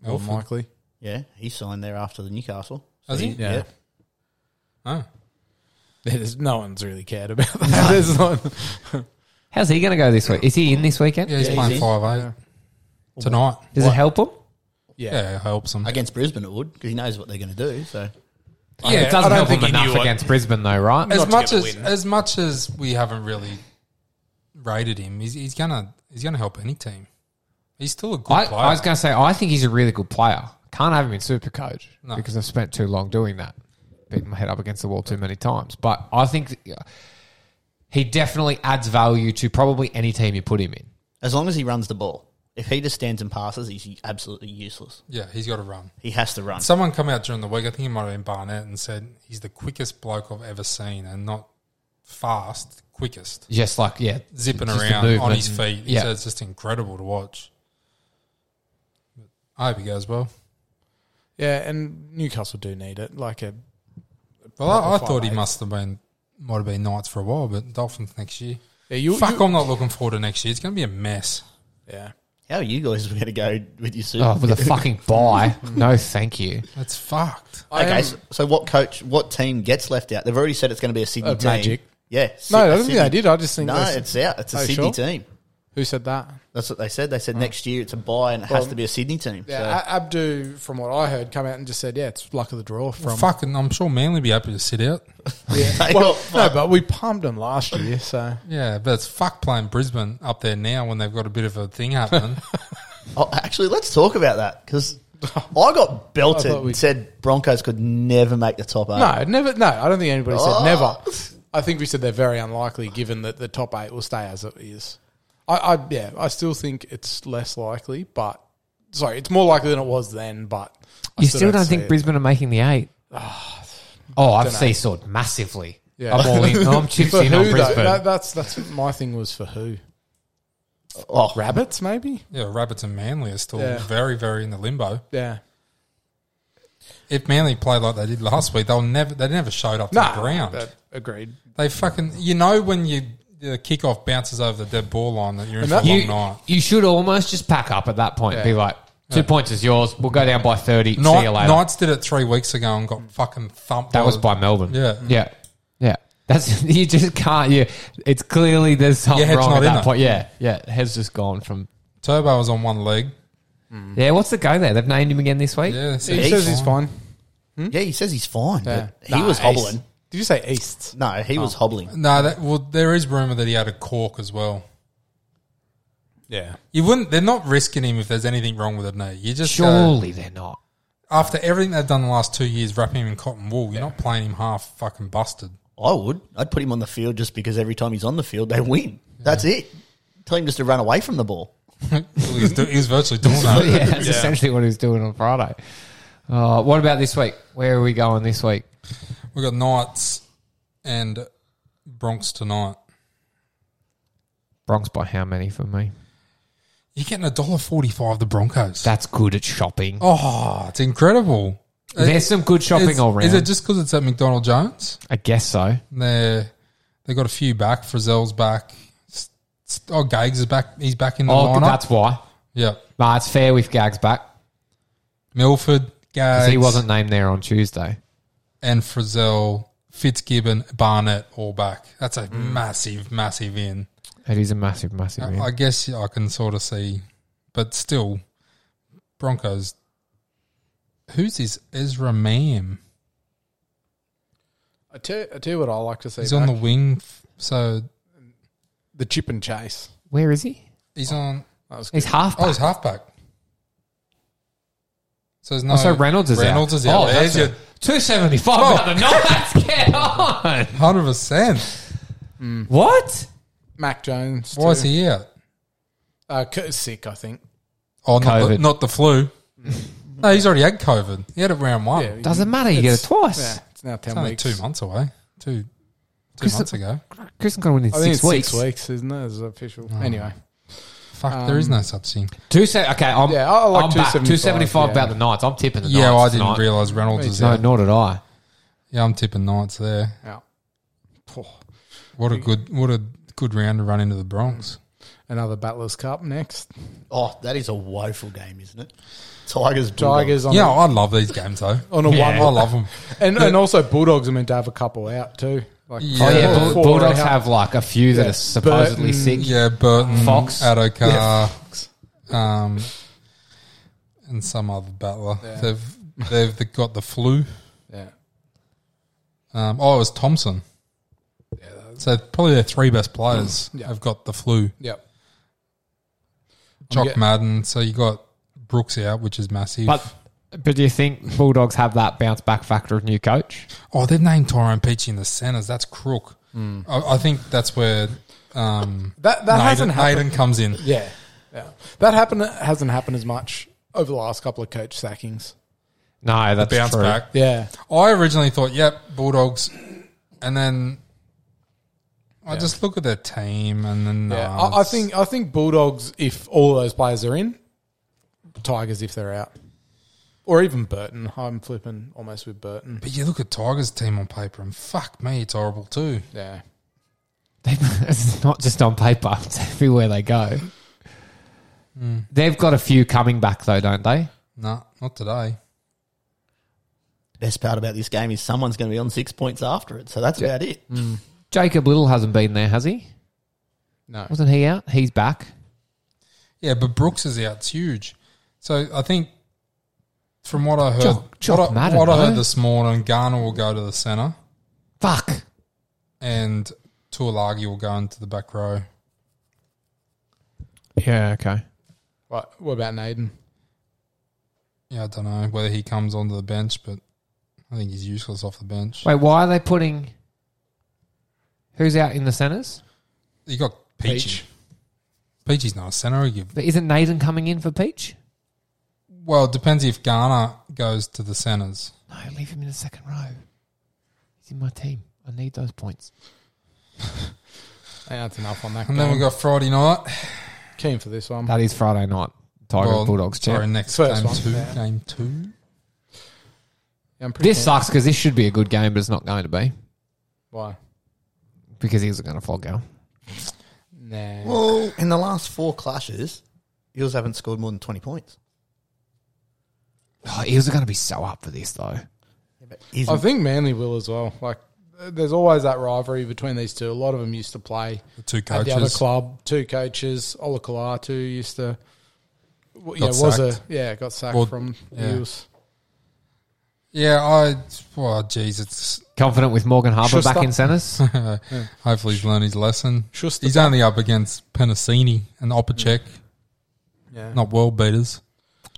C: more than
A: Milford.
C: likely.
B: Yeah, he signed there after the Newcastle. So
A: Has he?
C: Yeah.
A: Oh.
C: There's, no one's really cared about that. There's not,
D: How's he going to go this week? Is he in this weekend?
A: Yeah, he's
B: Yeah,
A: playing
B: he's in.
A: five eight tonight.
D: Does it help him?
C: yeah.
A: Yeah, it helps him.
B: Against Brisbane, it would because he knows what they're going to do. So
A: Yeah,
D: it doesn't help him enough against Brisbane, though, right?
A: as
F: to
A: much
F: get a
A: as as much as we haven't really rated him, he's, he's gonna he's gonna help any team. He's still a good
D: I,
A: player.
D: I was going to say, I think he's a really good player. Can't have him in super coach
A: No.
D: because I've spent too long doing that, beating my head up against the wall too many times. But I think th- he definitely adds value to probably any team you put him in.
B: as long as he runs the ball, if he just stands and passes, he's absolutely useless.
A: yeah, he's got to run.
B: He has to run.
A: Someone come out during the week. I think it might have been Barnett and said he's the quickest bloke I've ever seen, and not fast, quickest,
D: Just like yeah,
A: zipping
D: just the
A: around on
D: movement
A: his
D: and-
A: feet. He
D: Yeah,
A: said it's just incredible to watch. I hope he goes well.
C: Yeah, and Newcastle do need it. Like a
A: Well, I, I
C: Proper
A: thought he
C: five-eight.
A: must have been might have been Knights for a while, but Dolphins next year.
C: yeah, you
A: Fuck,
C: you,
A: I'm not looking forward to next year. It's going to be a mess.
C: yeah.
B: How are you guys going to go with your suit?
D: oh, with a fucking buy. no, thank you.
A: That's fucked.
C: I
B: okay,
C: am-
B: so, so what coach? What team gets left out? They've already said it's going to be a Sydney
C: Uh,
B: team.
C: Magic.
B: Yeah.
C: no, I
B: Syd- a
C: don't think
B: Sydney-
C: they did. I just think
B: No,
C: they-
B: it's out. It's a
C: Are you
B: Sydney
C: sure?
B: team.
C: who said that.
B: That's what they said. They said next year it's a buy and it has to be a Sydney team. so.
C: Yeah, A- Abdu, from what I heard, come out and just said, "Yeah, it's luck of the draw." From
A: Fucking, I'm sure Manly be happy to sit out.
B: They
C: well,
B: got-
C: no, but we pumped them last year, so
A: Yeah, but it's fuck playing Brisbane up there now when they've got a bit of a thing happening.
B: Oh, actually, let's talk about that because I got belted
C: I thought we-
B: and said Broncos could never make the top eight.
C: No, never. No, I don't think anybody said
B: Oh.
C: never. I think we said they're very unlikely, given that the top eight will stay as it is. I, I yeah, I still think it's less likely, but sorry, it's more likely than it was then. But I
D: you still don't
C: see
D: think
C: it.
D: Brisbane are making the eight? Oh, I've seesawed massively.
C: Yeah.
D: I'm all in. I'm chips
C: for
D: in on
C: who? Though?
D: Brisbane.
C: That, that's that's what my thing was for who?
B: Oh,
C: Rabbits, maybe.
A: yeah, Rabbits and Manly are still
C: Yeah.
A: very, very in the limbo.
C: Yeah.
A: If Manly play like they did last week, they'll never, they never showed up to
C: No,
A: the ground.
C: that- agreed.
A: They fucking, you know, when you the kickoff bounces over the dead ball line that you're in
C: And
A: for a
C: that-
A: long
D: you,
A: night.
D: you should almost just pack up at that point and
C: Yeah.
D: be like, two points is yours. We'll go down by 30. See
A: Knight-
D: you later.
A: Knights did it three weeks ago and got fucking thumped.
D: that was by Melbourne.
A: Yeah.
D: Yeah. Yeah. That's you just can't you it's clearly there's something
A: Your head's
D: wrong
A: not
D: at
A: in
D: that
A: it.
D: point. Yeah. Yeah. Head's just gone from
A: Turbo was on one leg.
D: Yeah, what's the go there? They've named him again this week?
A: Yeah, so
C: He
B: He's
C: says he's fine.
B: yeah, he says he's fine,
C: Yeah.
B: but he was
C: Nah, Oh.
B: hobbling.
C: East. Did you say East?
B: No, he was hobbling.
A: No, that well, there is rumor that he had a cork as well.
C: Yeah.
A: You wouldn't. They're not risking him if there's anything wrong with it. No, you just go,
D: Surely they're not.
A: after everything they've done the last two years, wrapping him in cotton wool. You're not playing him half fucking busted.
B: I would. I'd put him on the field just because every time he's on the field, they win. That's it. Tell him just to run away from the ball.
A: Well, he, was do, he was virtually doing
D: yeah,
A: that.
D: that's essentially what he was doing on Friday. Uh, what about this week? Where are we going this week?
A: We got Knights and Bronx tonight.
D: Bronx by how many for me?
A: You're getting a dollar forty-five the Broncos.
D: That's good at shopping.
A: oh, it's incredible.
D: There's some good shopping
A: It's-
D: all round.
A: Is it just because it's at McDonald Jones?
D: I guess so.
A: They they got a few back. Frizzell's back. S- s- Oh, Gags is back. He's back in the
D: Oh,
A: lineup.
D: that's why.
A: yeah,
D: Nah, it's fair with Gags back
A: Milford, Gags,
D: because he wasn't named there on Tuesday.
A: and Frizzell, Fitzgibbon, Barnett, all back. That's a
D: Mm.
A: massive, massive in.
D: It is a massive,
C: Uh,
D: massive. win.
A: I, I guess I can sort of see, but still, Broncos. Who's this Ezra Mam?
C: I tell, I tell you what I like to see.
A: He's on the
C: back,
A: wing, f- so
C: the chip and chase.
D: Where is he?
A: he's on.
C: That was good.
D: He's half.
A: Oh, he's halfback. So there's no.
D: Oh, so Reynolds is
A: Reynolds
D: out.
A: is out.
D: Oh,
A: There's
D: there's
A: your
D: your two seventy five
A: Oh.
D: out of nine. Get on.
A: hundred percent.
D: What?
C: Mac Jones.
A: Why is
C: too.
A: he out?
C: Uh, Kurt's sick, I think.
A: Oh, not the,
D: COVID.
A: not the flu. no, he's already had COVID. He had it round one.
C: Yeah,
D: Doesn't matter. You get it
C: yeah,
D: twice.
C: it's now ten
A: It's only
C: weeks.
A: two months away. Two, two
D: Chris-
A: months ago.
D: Kristen got to win in
C: I think
D: six
C: it's
D: weeks.
C: six weeks, isn't it? It's official. Anyway,
A: Fuck, there is
C: Um,
A: no such thing.
D: Two se- Okay, I'm.
C: Yeah, I like
D: I'm back.
C: 275,
D: Two seventy five about
C: yeah.
D: the Knights. I'm tipping the
A: Yeah, I
D: Knights.
A: didn't
D: tonight.
A: realise Reynolds is
D: No,
A: out.
D: nor did I.
A: Yeah, I'm tipping Knights there.
C: yeah. Poor.
A: What a good, what a good round to run into the Bronx.
C: Another Battlers Cup next.
B: Oh, that is a woeful game, isn't it? Tigers, Bulldogs.
C: Tigers on
A: Yeah,
C: a,
A: I love these games though.
C: on a
A: I
C: one.
A: love them.
C: And, and also Bulldogs are meant to have a couple out too. Like
A: Yeah.
D: Oh,
A: Yeah,
D: yeah,
A: Bull-
D: Bull-
C: four
D: Bulldogs
C: out.
D: have like a few that
C: Yeah. mm.
D: are supposedly
C: Burton,
D: sick.
A: Yeah, Burton,
D: Fox.
A: Adokar, um, and some other battler. They've they've got the flu.
C: Yeah.
A: Um, oh, it was Thompson. So probably their three best players
C: Mm.
A: have got the flu.
C: Yep.
A: Jock
C: get-
A: Madden. So you got Brooks out, which is massive.
D: But but do you think Bulldogs have that bounce back factor of new coach?
A: oh, they've named Tyrone Peachy in the centres. That's crook.
C: Hmm.
A: I, I think that's where um,
C: That that
A: Naden,
C: hasn't happened.
A: Naden comes in.
C: Yeah. Yeah. That happened hasn't happened as much over the last couple of coach sackings.
D: No, that's
A: Bounce
D: true.
A: back.
C: Yeah.
A: I originally thought, yep, Bulldogs, and then I just look at their team, and then
C: Yeah.
A: nah,
C: I, I
A: it's-
C: think I think Bulldogs if all those players are in, Tigers if they're out. Or even Burton. I'm flipping almost with Burton.
A: But you look at Tigers' team on paper, and fuck me, it's horrible too.
C: Yeah.
D: it's not just on paper; it's everywhere they go. They've got a few coming back though, don't they?
A: Nah, not today.
B: Best part about this game is someone's going to be on six points after it, so that's about
A: Mm.
B: it.
D: Jacob Little hasn't been there, has he?
C: No.
D: Wasn't he out? He's back.
A: Yeah, but Brooks is out. It's huge. So I think from what I heard,
D: Jock- Jock
A: what, I,
D: Madden,
A: what I heard
D: though.
A: this morning, Garner will go to the centre,
D: Fuck.
A: and Tuolagi will go into the back row.
D: Yeah. Okay.
C: What what about Naden?
A: Yeah, I don't know whether he comes onto the bench, but I think he's useless off the bench.
D: Wait, why are they putting? Who's out in the centres?
A: You got Peachy.
C: Peach.
A: Peachy's not a centre. He give-
D: But Isn't Nathan coming in for Peach?
A: Well, it depends if Garner goes to the centres.
D: No, leave him in the second row. He's in my team. I need those points.
C: Yeah, That's enough on that.
A: And then
C: game.
A: we got Friday night.
C: keen for this one.
D: That is Friday night. Tiger
A: Well,
D: Bulldogs
A: Sorry,
D: champ.
A: next
C: First
A: game
C: one,
A: two.
C: yeah.
A: Game two.
C: Yeah, I'm pretty
D: This
C: keen.
D: sucks because this should be a good game, but it's not going to be
C: Why?
D: because he isn't going to flog out.
C: Nah.
B: Well, in the last four clashes, Eels haven't scored more than 20 points.
D: Oh, Eels are going to be so up for this though.
B: Isn't
C: I think Manly will as well. Like, uh, there's always that rivalry between these two. A lot of them used to play
A: The two
C: at the other
A: coaches.
C: club. Two coaches, Olakalatu used to. w- Yeah,
A: Got
C: was
A: sacked.
C: a yeah got sacked
A: Or-
C: from
A: yeah.
C: Eels.
A: Yeah, I. Well, jeez, it's.
D: Confident with Morgan Harbour
C: Schuster.
D: back in centres.
A: Hopefully, he's learned his lesson.
C: Schuster.
A: He's only up against Penasini and Opacek,
C: Yeah,
A: not world beaters.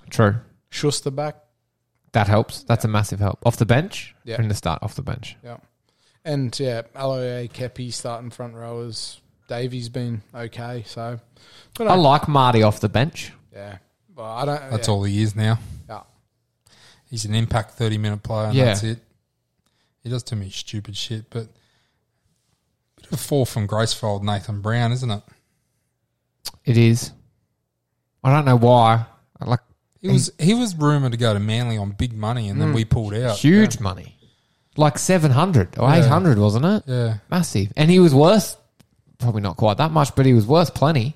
D: True.
C: Schuster back.
D: That helps. That's a massive help. Off the bench.
C: Yeah.
D: From the start, off the bench.
C: Yeah, and yeah, Aloe Kepi starting front rowers. Davy's been okay, so but
D: I like Marty off the bench.
C: yeah. Well, I
D: Oh,
C: don't.
A: That's
C: yeah.
A: all he is now.
C: Yeah.
A: He's an impact 30 minute player, and
D: Yeah.
A: that's it. He does too many stupid shit, but. Bit of a fall from Gracefold, Nathan Brown, isn't it?
D: It is. I don't know why. I Like
A: He was he was rumored to go to Manly on big money, and then we pulled out.
D: Mm. Huge money. Like 700 or 800, wasn't it?
A: Yeah.
D: Massive. And he was worth, probably not quite that much, but he was worth plenty.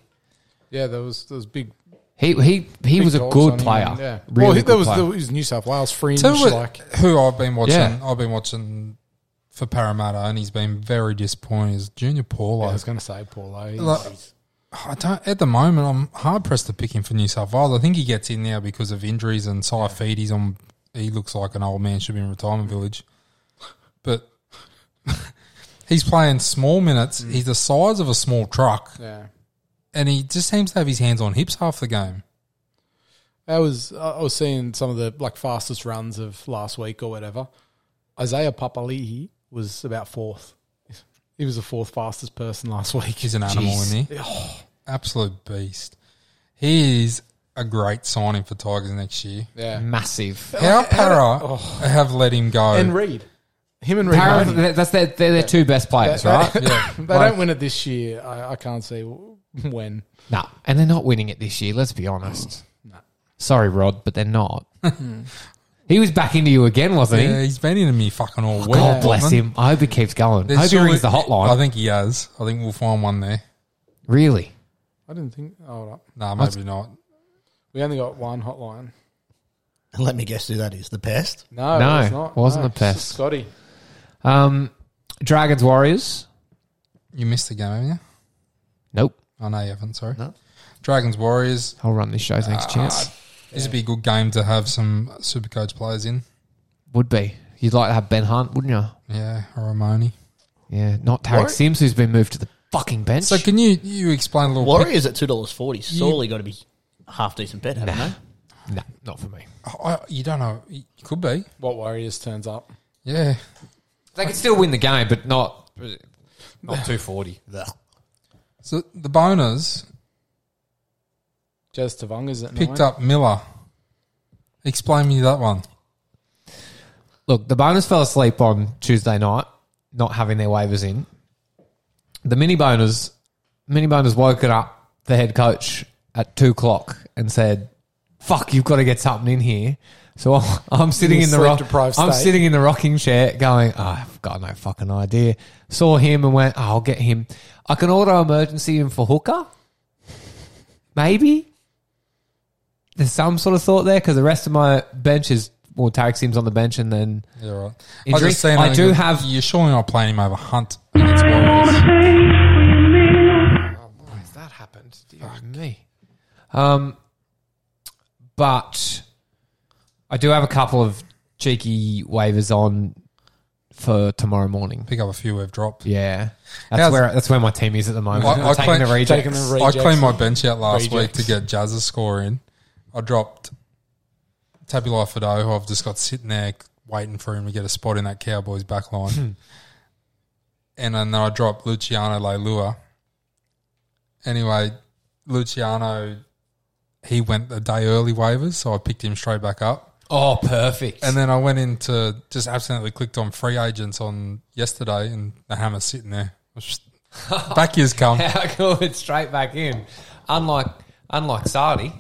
C: Yeah, there was there was big.
D: He he he
C: big
D: was a
C: dogs
D: good
C: on him,
D: player.
C: and, yeah.
D: Really
C: well, he-
D: good
C: there was
D: player.
C: there was New South Wales fringe
A: Tell you what,
C: like
A: who I've been watching.
D: Yeah.
A: I've been watching for Parramatta, and he's been very disappointing. Is Junior Paulo?
C: I was going to say Paulo. He's-
A: Like, I don't, at the moment, I'm hard pressed to pick him for New South Wales. I think he gets in now because of injuries and Saifedi's on. He looks like an old man should be in retirement village, but he's playing small minutes. He's the size of a small truck,
C: yeah.
A: and he just seems to have his hands on hips half the game.
C: I was I was seeing some of the like fastest runs of last week or whatever. Isaiah Papali'i was about fourth. He was the fourth fastest person last week.
A: He's an animal, isn't he? Absolute beast. He is a great signing for Tigers next year.
C: Yeah,
D: Massive.
A: How para have let him go?
C: and Reed, him and Reed.
D: Parramatta,
C: Martin.
D: that- that's their, they're their two best players, right?
A: yeah.
C: They don't win it this year. I, I can't see when.
D: No, and they're not winning it this year. Let's be honest. Sorry, Rod, but they're not. he was back into you again, wasn't
A: Hmm. Yeah,
D: he?
A: he's been into me fucking all week.
D: God bless
A: Botman.
D: him. I hope he keeps going.
A: There's
D: I hope he
A: surely-
D: rings the hotline.
A: I think he has. I think we'll find one there.
D: really?
C: I didn't think. Hold up,
A: No, maybe not.
C: we only got one hotline.
B: Let me guess who that is. The pest.
C: No,
D: No,
C: it was not.
D: wasn't
C: No,
D: the best.
C: Scotty.
D: Um, Dragons Warriors?
A: You missed the game, haven't you?
D: Nope.
A: I know you haven't. Sorry. Dragons Warriors.
D: I'll run this show's
A: Ah.
D: next chance.
A: This would be a good game to have some Supercoach players in.
D: Would be. You'd like to have Ben Hunt, wouldn't you?
A: Yeah, or Romani.
D: Yeah, not Tarek Sims, who's been moved to the fucking bench.
A: So can you you explain a little? bit?
B: Warriors at two dollars forty. Surely got to be half decent bet, haven't they?
D: no, not for me.
A: I, you don't know. You could be.
C: What Warriors turns up?
A: Yeah.
D: They could still win the game, but not not two forty.
A: So the boners
C: Jez Tavunga's at
A: picked
C: nine.
A: up Miller. Explain me that one.
D: Look, the bonus fell asleep on Tuesday night, not having their waivers in. The mini boners, mini boners woken up the head coach at two o'clock and said, "Fuck, you've got to get something in here." So I'm- I'm sitting
C: In
D: in the
C: sleep
D: rock,
C: deprived
D: I'm
C: state.
D: sitting in the rocking chair, going, oh, "I've got no fucking idea." Saw him and went, oh, "I'll get him. I can order emergency in for Hooker, maybe." There's some sort of thought there because the rest of my bench is well, Tarek Sims on the bench, and then
A: Yeah, right.
D: Injury?
A: was just saying,
D: I
A: think
D: do
A: that
D: have-
A: You're surely not playing him over Hunt. Against Warriors.
D: that happened. Dear me. Um, but I do have a couple of cheeky waivers on for tomorrow morning.
A: Pick up a few we've dropped.
D: Yeah, that's
A: How's-
D: where that's where my team is at the moment.
A: I-
D: I, am
A: I
D: taking
A: claim-
D: the rejects.
C: Taking the
A: I
C: rejects.
A: cleaned my bench out last
C: Rejects.
A: week to get Jazz a score in. I dropped Tabulai Fido, who I've just got sitting there waiting for him to get a spot in that Cowboys back line. and then I dropped Luciano Leilua. Anyway, Luciano, he went a day early waivers, so I picked him straight back up.
D: oh, perfect.
A: And then I went into just accidentally clicked on free agents on yesterday, and the hammer's sitting there. I was just- Back years come.
D: How good! Straight back in. Unlike unlike Sardi,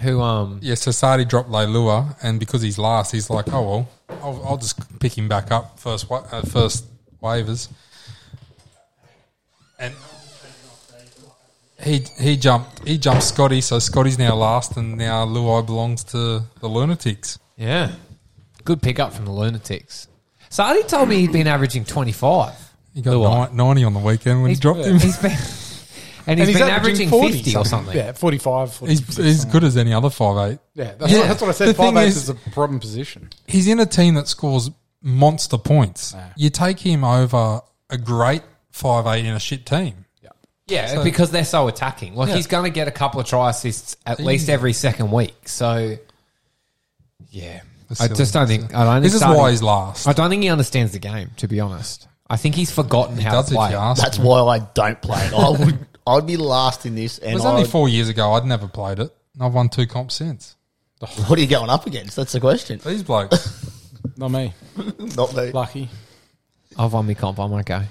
D: who um
A: Yeah, Society dropped Leilua, and because he's last, he's like, oh well, I'll, I'll just pick him back up first. Wa- uh, first waivers, and he he jumped he jumped Scotty, so Scotty's now last, and now Luai belongs to the lunatics.
D: yeah, good pickup from the lunatics. Sardi told me he'd been averaging twenty five.
A: He got ni- ninety on the weekend when he dropped him.
D: He's been, and
C: And
D: he's been
C: averaging
D: averaging
C: 40
D: 50 or something.
C: Yeah, 45, 46,
A: He's as good as any other five eight.
C: Yeah, that's, What, that's what I
A: The
C: said.
A: thing
C: Five eights
A: is-
C: is, a problem position.
A: he's in a team that scores monster points. You take him over a great five eight in a shit team.
D: Yeah, because they're so attacking. Like he's going to get a couple of try assists at least every second week. So, yeah, I just don't think. I don't think
A: This is
D: Sardi-
A: why he's last.
D: I don't think he understands the game. To be honest, I think he's forgotten how
A: Does
D: to
A: if you
D: play.
A: ask.
B: That's
A: him.
B: why I don't play it. I would. I'd be last in this.
A: It
B: And
A: was
B: I
A: only
B: would,
A: four years ago. I'd never played it, and I've won two comps since.
B: what are you going up against? That's the question.
A: These blokes.
C: Not me.
B: Not me.
C: Lucky.
D: I've won me comp. I'm okay.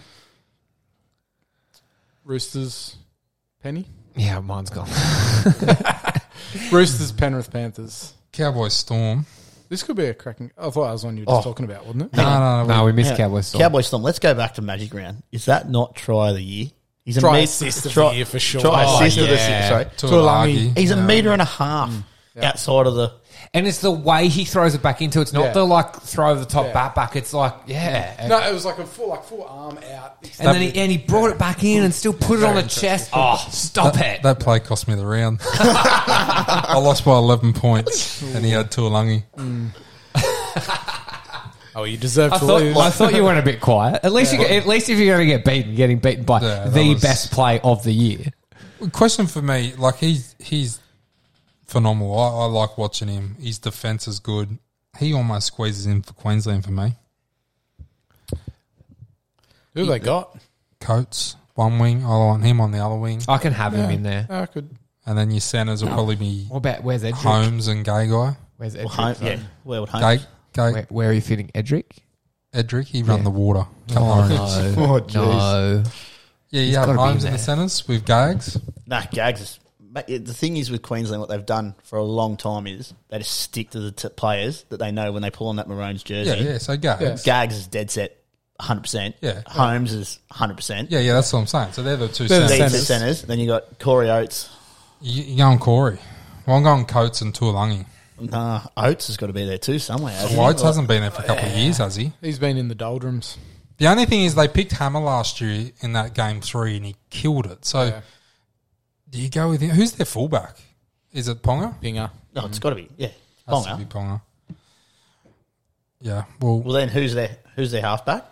C: Roosters. Penny.
D: Yeah, mine's gone.
C: Roosters, Penrith Panthers.
A: Cowboys Storm.
C: This could be a cracking. I thought that was one you were just
B: Oh.
C: talking about, wasn't it?
A: No, no, no.
D: No, we missed
B: Yeah.
D: Cowboys. Storm.
B: Cowboy Storm. Let's go back to Magic Round. Is that not try of the year? He's
C: Try
B: met-
C: assist of the year for sure.
B: Try
C: Oh,
B: assist of the
D: yeah.
B: year. Sorry,
A: Tuilagi.
B: he's a meter and a half
A: Mm.
B: outside of the.
D: And it's the way he throws it back into. It's not
C: Yeah.
D: the like throw the top
C: Yeah.
D: bat back. It's like yeah. And,
C: No, it was like a full, like full arm out.
D: and then he, and he brought it back in and still put it on the chest. Oh, stop it!
A: That play cost me the round. I lost by 11 points, and he had Tuolungi.
C: Oh, you deserve
D: I
C: to
D: thought,
C: lose.
D: I thought you went a bit quiet. At least, you get, at least if you're going to get beaten, getting beaten by
A: Yeah, that
D: the
A: was-
D: best play of the year.
A: Question for me, like he's he's phenomenal. I, I like watching him. His defense is good. He almost squeezes in for Queensland for me.
C: Who they got?
A: Coates, one wing. I want him on the other wing,
D: I can have him in there.
C: Oh, I could.
A: and then your centers will probably be
D: What about where's Edric?
A: Holmes and Gay Guy.
D: Where's Edric?
B: Home, yeah, where would home?
A: Gay, Gay
D: Where, where are you fitting Edric?
A: Edric. He run
D: Yeah.
A: the water. Couple of oranges.
B: Oh,
D: no.
A: Yeah, you
D: He's
A: have
D: gotta be
A: Holmes in
D: in
A: the
D: there.
A: centers with Gags.
B: Nah, Gags is. mate, it- The thing is with Queensland, what they've done for a long time is they just stick to the t- players that they know when they pull on that Maroons
A: Yeah,
B: jersey.
A: yeah. So Gags. Yeah.
B: Gags is dead set, hundred percent.
A: Yeah.
B: Holmes is hundred percent.
A: yeah, that's what I'm saying. So they're the two
C: They're the
A: centers.
B: These two
C: Centres.
B: centres. Then you got Corey Oates.
A: You- You're going Corey. Well, I'm going Coates and Tuolungi.
B: Nah, Oates has got to be there too somewhere. hasn't he?
A: Whites hasn't been there for a couple of years, has he?
C: He's been in the doldrums.
A: The only thing is they picked Hammer last year in that game three and he killed it. So
C: Yeah.
A: do you go with him? Who's their fullback? Is it Ponga?
C: Pinger.
B: No, it's got to be. Yeah,
A: Has to
B: Ponga.
A: be Ponga. Yeah, well,
B: Well, then who's their who's their halfback?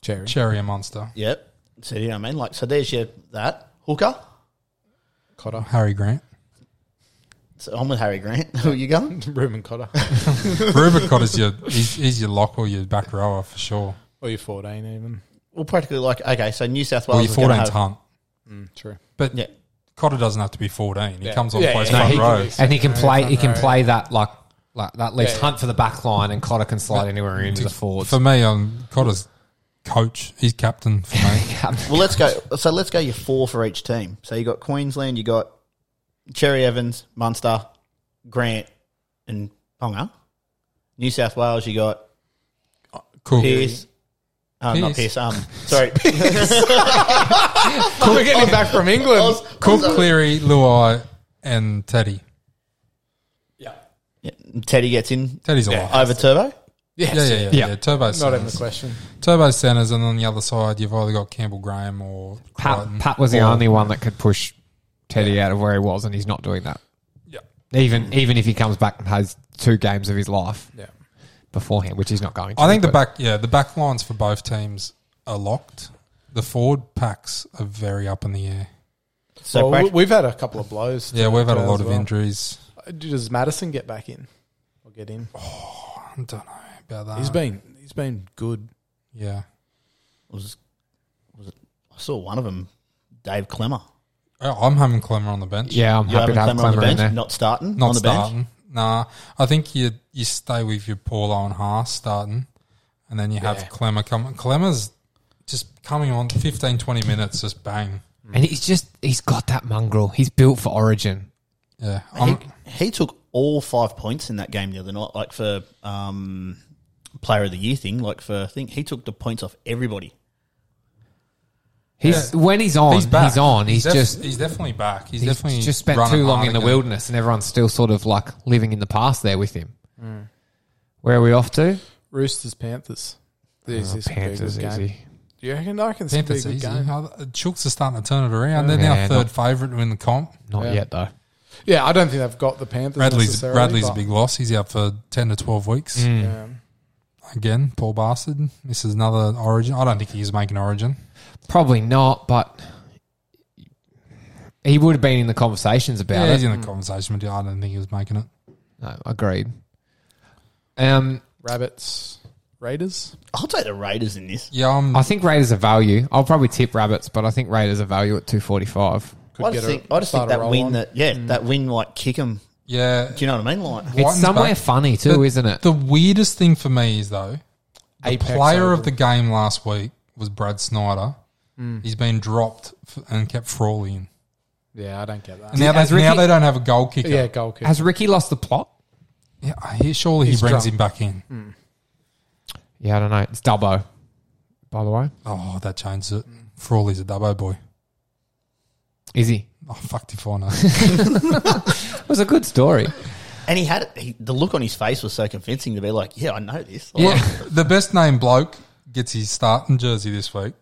C: Cherry.
A: Cherry and Monster.
B: Yep. So you know what I mean. Like, so there's your that hooker.
C: Cotter.
A: Harry Grant.
B: So I'm with Harry Grant. Who are you going?
C: Ruben Cotter.
A: Rubicott is your he's, he's your lock or your back rower for sure.
C: or you're 14 even.
B: Well, practically like okay. So New South
A: Well,
B: Wales
A: your
B: is going to
A: 14's
B: have
A: Hunt.
C: Mm, True.
A: But
B: yeah.
A: Cotter doesn't have to be 14. He comes on
C: Yeah,
A: plays
C: yeah,
A: front
C: he
A: row.
C: can be-
D: And he can play. He can play that like. Like that leaves
C: Yeah.
D: Hunt for the back line and Cotter can slide anywhere into the forwards.
A: For me, um, Cotter's coach. He's captain for me.
B: Well, let's go. So let's go. Your four for each team. So you got Queensland. You got Cherry Evans, Munster, Grant, and Ponga. New South Wales. You got
A: Cool.
B: Pierce. Uh, Not
A: Pearce.
B: Pierce. Um, sorry.
C: We're getting back from England.
A: Cook, Cleary, Luai, and Teddy.
B: Yeah, Teddy gets in
A: Teddy's alive.
B: over Turbo.
A: Yeah, yeah, yeah. yeah.
D: Yeah.
A: Turbo
C: Not even the
A: centers.
C: question.
A: Turbo centers, and on the other side, you've either got Campbell Graham or
D: Pat,
A: Crichton.
D: Pat was the only one that could push Teddy out of where he was, and he's not doing that.
A: Yeah.
D: Even even if he comes back and has two games of his life
C: Yeah.
D: beforehand, which he's not going to.
A: I think the
D: but-
A: back, yeah, the back lines for both teams are locked. The forward packs are very up in the air.
B: So
C: well, we-
B: prac-
C: we've had a couple of blows. to
A: Yeah, we've had a
C: that
A: lot
C: as
A: of
C: well. Uh,
A: injuries.
C: Does Madison get back in or get in?
A: I don't know about that.
C: He's been he's been good.
A: yeah.
B: was, was it, I saw one of them, Dave Clemmer.
A: Oh, I'm having Clemmer on the bench.
D: yeah, I'm
B: You
D: happy to have
B: having Clemmer on the
D: Clemmer in
B: bench,
D: there.
B: not starting
A: not
B: on the
A: starting.
B: bench.
A: Nah, I think you you stay with your Paulo and Haas starting, and then you have Clemmer coming. Clemmer's just coming on 15, 20 minutes, just bang.
D: And he's just he's got that mongrel. He's built for Origin.
A: Yeah, I'm,
B: He took all five points in that game the other night, like for um, player of the year thing. Like for I think he took the points off everybody.
D: He's
A: Yeah.
D: when he's on, he's,
A: back.
D: on. He's,
A: def-
D: just
A: he's definitely back. He's,
D: he's
A: definitely
D: just spent
A: running
D: too long
A: hard
D: in the
A: again.
D: wilderness, and everyone's still sort of like living in the past there with him.
A: Mm.
D: Where are we off to?
C: Roosters Panthers. This, this could be a
D: Panthers
C: good game.
D: easy.
C: Do you reckon I can see a good
A: Panthers easy.
C: game?
A: How the- Chooks are starting to turn it around. They're
D: Yeah,
A: now third
D: not-
A: favourite to win the comp.
D: Not
C: Yeah.
D: yet though.
C: Yeah, I don't think they've got the Panthers.
A: Radley's
C: necessarily,
A: Radley's a
C: but-
A: big loss. He's out for ten to twelve weeks
D: Mm.
C: Yeah.
A: again. Poor bastard. This is another Origin. I don't think he's making Origin.
D: Probably not, but he would have been in the conversations about
A: Yeah,
D: it.
A: he's in the conversation, but I don't think he was making it.
D: No, agreed. Um,
C: Rabbits Raiders.
B: I'll take the Raiders in this.
A: Yeah, I'm
D: I think Raiders are value. I'll probably tip Rabbits, but I think Raiders are value at two forty five.
B: I just
C: get a-
B: think, I just
C: start
B: think
C: a
B: that
C: roll
B: win
C: on.
B: that yeah
D: Mm.
B: that win like kick him.
A: Yeah,
B: Do you know what I mean? Like
D: It's
A: Whiten's
D: somewhere
A: back.
D: funny too,
A: The-
D: isn't it?
A: The weirdest thing for me is though, the
C: Apex
A: player
C: Oval.
A: of the game last
C: Hmm.
A: week was Brad Snyder. He's been dropped f- and kept Frawley in.
C: Yeah, I don't get that.
A: Now,
D: Has
A: they, now
D: Ricky-
A: they don't have a goal kicker.
C: Yeah, goal kick.
D: Has Ricky lost the plot?
A: Yeah, he, surely he
C: He's Hmm.
A: brings
C: drunk.
A: him back in.
D: Yeah, I don't know. It's Dubbo, by the way.
A: Oh, that changes it. Frawley's a Dubbo boy.
D: Is he?
A: Oh, fuck if I know.
D: It was a good story.
B: And he had it, he, the look on his face was so convincing to be like, yeah, I know this. Like,
A: well, the best named bloke gets his starting jersey this week.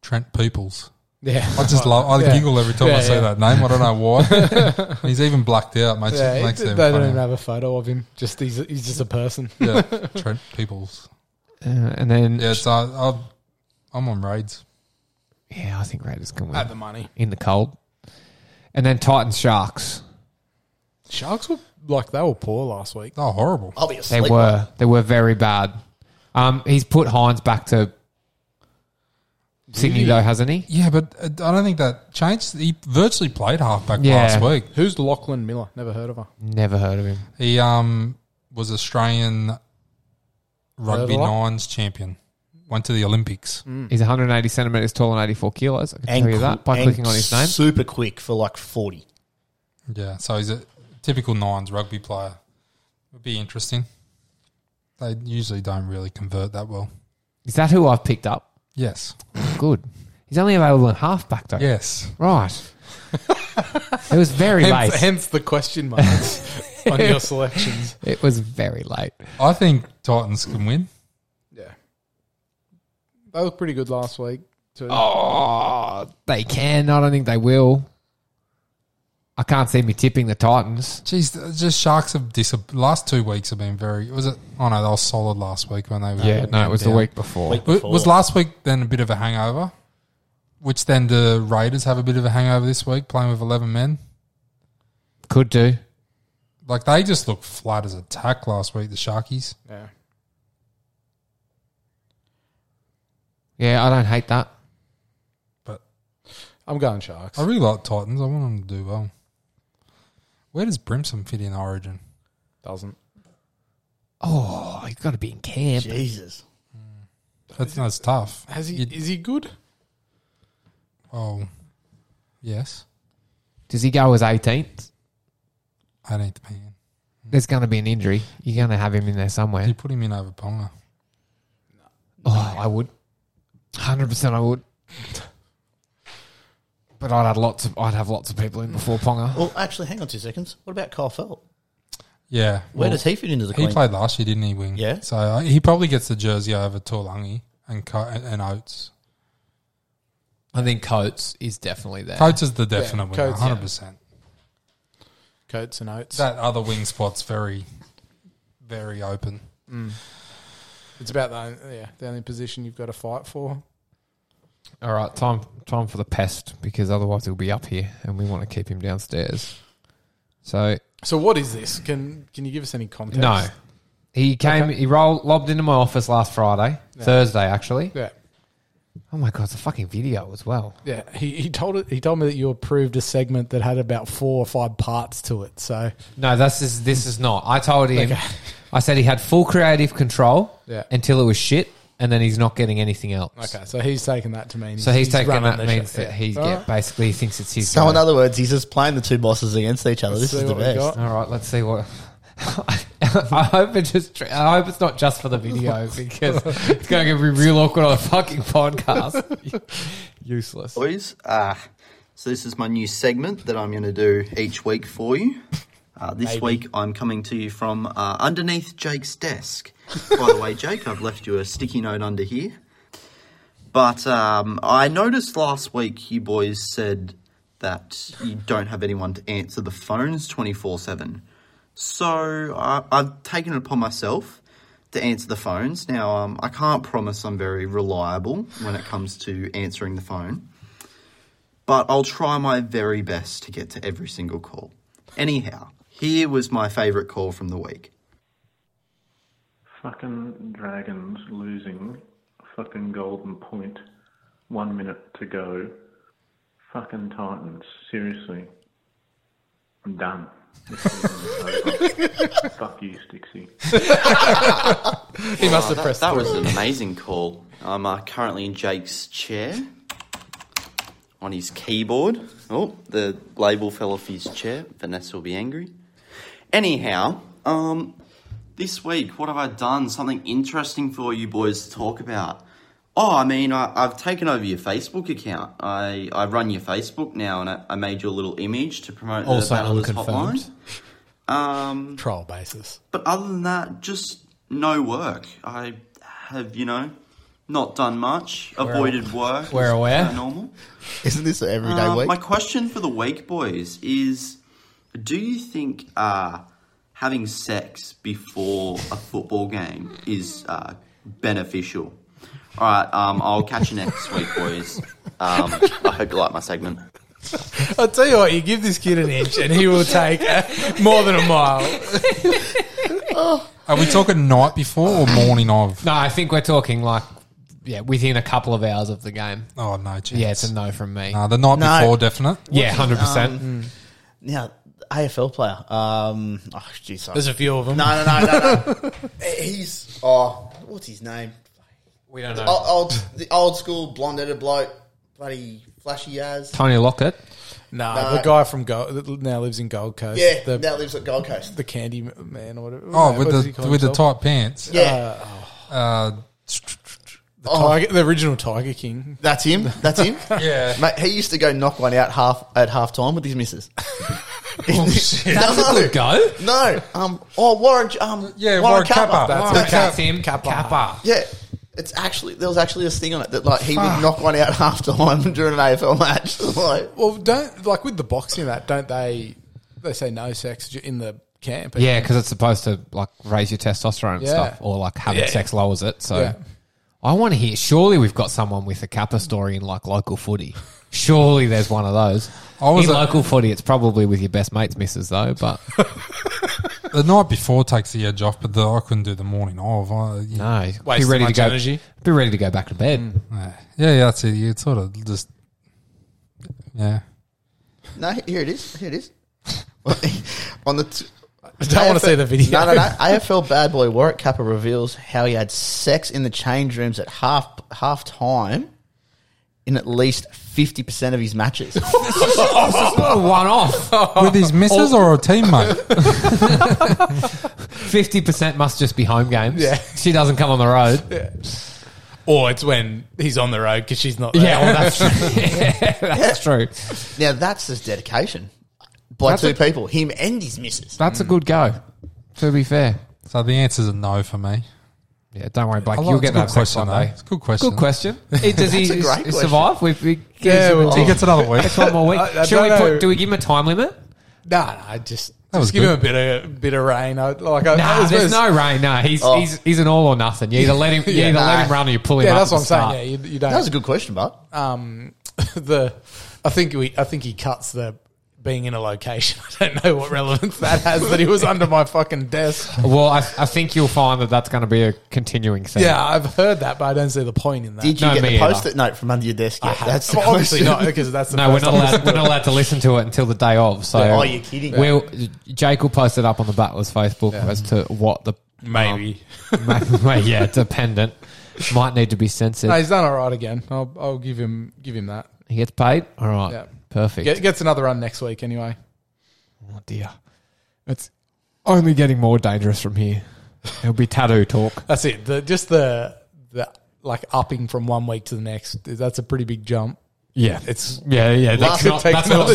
A: Trent Peoples.
C: yeah,
A: I just love. I
C: Yeah.
A: giggle every time
C: Yeah,
A: I see
C: yeah.
A: that name. I don't know why. He's even blacked out. Makes
C: yeah,
A: it, makes
C: they
A: it
C: don't
A: funny.
C: even have a photo of him. Just he's he's just a person.
A: Yeah, Trent Peoples.
D: Uh, and then,
A: Yeah,
D: yeah.
A: so I, I, I'm on raids.
D: I think Raiders can win
C: At the money,
D: in the cold. And then Titans Sharks.
C: sharks were like they were poor last week.
A: Oh, horrible.
B: I'll be
D: They
B: asleep.
D: were they were very bad. Um, he's put Hines back to Sydney though, hasn't he?
A: Yeah, but uh, I don't think that changed. He virtually played halfback
D: Yeah.
A: last week.
C: Who's Lachlan Miller? Never heard of her.
D: Never heard of him.
A: He um was Australian rugby
C: Hurdler?
A: nines champion. Went to the Olympics.
D: He's 180 centimeters tall and 84 kilos. I can tell you that by
B: and
D: clicking on his name.
B: Super quick for like 40.
A: Yeah, so he's a typical nines rugby player. Would be interesting. They usually don't really convert that well.
D: Is that who I've picked up?
A: Yes.
D: Good. He's only available in halfback though.
A: Yes.
D: Right. it was very
C: Hence,
D: late.
C: hence the question marks on your selections.
D: It was very late.
A: I think Titans can win.
C: Yeah, they looked pretty good last week. Too.
D: Oh, they can. I don't think they will. I can't see me tipping the Titans.
A: Jeez, th- just Sharks have dis- last two weeks have been very. Was it? Oh no, they were solid last week when they were.
D: no, it was the week before.
B: Week
A: Was,
B: before.
A: was last week then a bit of a hangover, which then the Raiders have a bit of a hangover this week playing with eleven men.
D: Could do.
A: Like they just looked flat as a tack last week. The Sharkies.
C: Yeah.
D: Yeah, I don't hate that.
C: I'm going sharks.
A: I really like Titans. I want them to do well. Where does Brimson fit in Origin?
C: Doesn't.
D: Oh, he's got to be in camp.
B: Jesus.
A: That's that's tough.
C: Has he?
A: You-
C: is he good?
A: Oh, yes,
D: Does he go as 18th?
A: I need the man.
D: There's going to be an injury. You're going to have him in there somewhere.
A: You put him in over Ponga.
D: Oh, I would. 100% I would. But I'd have lots of I'd have lots of people in before Ponga.
B: Well, actually, hang on two seconds. What about Kyle Felt?
A: Yeah,
B: Where
A: well,
B: does he fit into the
A: he
B: Queen?
A: played last year, didn't he? Wing.
B: Yeah.
A: So uh, he probably gets the jersey over Torlangi and Co- and Oates.
D: I think Coates is definitely there.
A: Coates is the definite winner,
C: Coates, yeah.
A: hundred percent.
C: Coats and oats.
A: That other wing spot's very, very open.
C: it's about the yeah the only position you've got to fight for.
D: All right, time time for the pest because otherwise he'll be up here and we want to keep him downstairs. So
C: So what is this? Can can you give us any context?
D: no, he came. He rolled lobbed into my office last Friday, Thursday actually.
C: Yeah.
D: Oh my god, it's a fucking video as well.
C: Yeah, he, he told it. He told me that you approved a segment that had about four or five parts to it. So
D: No, this is this is not. I told him.
C: Okay.
D: I said he had full creative control
C: Yeah.
D: until it was shit, and then he's not getting anything else.
C: okay, so he's taken that to mean.
D: So he's, taking
C: running
D: that
C: the
D: means
C: show.
D: that
C: Yeah.
D: he
C: All
D: yeah,
C: right.
D: basically thinks it's his.
B: So,
D: go.
B: in other words, he's just playing the two bosses against each other.
C: Let's
B: this
C: see
B: is the
C: what we
B: best.
C: got.
D: All right, let's see what. I hope it just. I hope it's not just for the video because it's going to be real awkward on a fucking podcast. Useless.
I: boys. Uh, so this is my new segment that I'm going to do each week for you. Uh, this week I'm coming to you from uh, underneath Jake's desk. By the way, Jake, I've left you a sticky note under here. But um, I noticed last week you boys said that you don't have anyone to answer the phones 24 7. So I, I've taken it upon myself to answer the phones. Now, um, I can't promise I'm very reliable when it comes to answering the phone but I'll try my very best to get to every single call. Anyhow, here was my favourite call from the week.
J: Fucking dragons losing. Fucking golden point. One minute to go. Fucking Titans. Seriously. I'm done. This season's over. Fuck you, Stixie.
C: he must have
I: Oh, that,
C: pressed.
I: that
C: the-
I: was an amazing call. I'm uh, currently in Jake's chair. on his keyboard. Oh, the label fell off his chair. Vanessa will be angry. Anyhow, um, this week, what have I done? Something interesting for you boys to talk about. Oh, I mean, I, I've taken over your Facebook account. I, I run your Facebook now, and I, I made you a little image to promote the
C: Also
I: Battlers
C: unconfirmed.
I: Hotline. Um,
C: Trial basis.
I: but other than that, just no work. I have, you know, not done much. Avoided work.
D: we're
I: as
D: aware.
I: per Normal.
B: Isn't this an everyday
I: Uh,
B: week?
I: My question for the week, boys, is: Do you think uh, having sex before a football game is uh, beneficial? All right, um, I'll catch you next week, boys. Um, I hope you like my segment.
C: I'll tell you what, you give this kid an inch and he will take more than a mile.
A: Are we talking night before or morning of?
D: No, I think we're talking like yeah, within a couple of hours of the game.
A: Oh no, chance.
D: Yeah, it's a no from me.
A: Nah, the night
B: No.
A: before, definite.
D: yeah, hundred percent.
B: now, AFL player. Um, oh, jeez. I-
F: There's a few of them.
B: No, no, no, no, no. He's oh, what's his name?
D: We don't know.
B: Old, old the old school blonde-headed bloke, bloody flashy as.
D: Tony Lockett.
C: No,
B: No.
C: the guy from Gold, that now lives in Gold Coast.
B: Yeah,
C: the,
B: now lives at Gold Coast.
C: the Candy Man or whatever.
A: Oh,
C: What does he
A: with
C: call
A: the with the
C: himself?
A: tight pants.
B: Yeah,
A: Uh,
C: The, Tiger, the original Tiger King.
B: that's him. That's him.
A: yeah.
B: Mate, he used to go knock one out half at half time with his missus.
A: Oh, shit.
B: That's no,
D: Go.
B: No, um, oh Warren, um,
A: Yeah,
B: Warren,
A: Warren
B: Kappa.
A: Kappa. That's
B: That's-
A: Kappa.
D: Tim Kappa.
B: Yeah, it's actually there was actually this thing on it that like he would knock one out half time during an AFL match. like,
C: Well, don't like with the boxing that don't they? They say no sex ju- in the camp.
D: Yeah, because it's supposed to like raise your testosterone and
C: Yeah.
D: stuff, or like having
C: Yeah.
D: sex lowers it. So
C: Yeah.
D: I want to hear. Surely we've got someone with a kappa story in like local footy. Surely there's one of those.
A: I was
D: in
A: a-
D: local footy, it's probably with your best mates, missus though. But
A: The night before takes the edge off, but the, I couldn't do the morning of. I, you
D: no,
F: Waste
D: be ready
F: too
D: to
F: much
D: go.
F: energy.
D: Be ready to go back to bed.
A: Yeah, yeah, that's it. You sort of just, yeah.
B: no, here it is, here it is. on the, t-
C: I don't want to see the video.
B: no, no, no. AFL bad boy Warwick Kappa reveals how he had sex in the change rooms at half half time in at least fifty percent of his matches.
D: What a one off.
A: With his missus or a teammate?
D: Fifty percent must just be home games. Yeah, she doesn't come on the road.
F: Or it's when he's on the road because she's not there.
D: Yeah, well, that's true. that's true.
B: now that's his dedication by
D: That's
B: two
D: a-
B: people, him and his missus.
D: That's a good go. To be fair,
A: so the answer's a no for me.
D: yeah. Don't worry, Blake.
A: I like-
D: You'll
A: it's
D: get
A: a good
D: that sex
A: question,
D: one
A: though.
D: day.
A: It's a good question.
D: Good question. It- does he
B: That's a great
D: s-
B: question.
D: survive? We've, we
C: Yeah,
D: we
C: we'll
A: He gets another week.
D: one more week.
C: I- I
D: Should we
C: don't know.
D: put, do we give him a time limit?
C: no, no, I just
A: That was
C: just give
A: good.
C: him a bit of bit of rain. I, like, I, I
D: Nah,
C: was-
D: there's no rain. No, he's
B: Oh.
D: he's he's an all or nothing. You either let him, you
C: Yeah,
D: either let
B: nah.
D: him run or you pull him.
C: Yeah,
D: up
C: that's
D: at
C: what I'm
D: the
C: saying.
D: start.
C: Yeah, you, you
B: That was
C: don't.
B: a good question, but
C: um, the I think we I think he cuts the being in a location. I don't know what relevance that has that he was under my fucking desk.
D: Well, I, I think you'll find that that's going to be a continuing thing.
C: Yeah, I've heard that, but I don't see the point in that.
B: did you
D: No,
B: get
D: me
B: the
D: either.
B: post it note from under your desk yet? That's the
C: Well, obviously
B: question.
C: not because that's the
D: No, we're
C: first
D: not
C: time.
D: allowed. We're not allowed to listen to it until the day of. So,
B: Yeah, oh, you're kidding.
D: We'll, Jake will post it up on the Battlers Facebook as to what the
F: Maybe.
D: um, may- yeah, dependent might need to be censored.
C: No, he's done all right again. I'll, I'll give him give him that.
D: He gets paid. All right,
C: Yeah.
D: perfect.
C: Get, gets another run next week anyway.
D: Oh dear. It's only getting more dangerous from here. It'll be tattoo talk.
C: That's it. The, just the the like upping from one week to the next. That's a pretty big jump.
D: Yeah.
C: It's
D: Yeah, yeah.
B: Last-
D: That's
B: it
D: not,
C: takes
D: that's not
C: another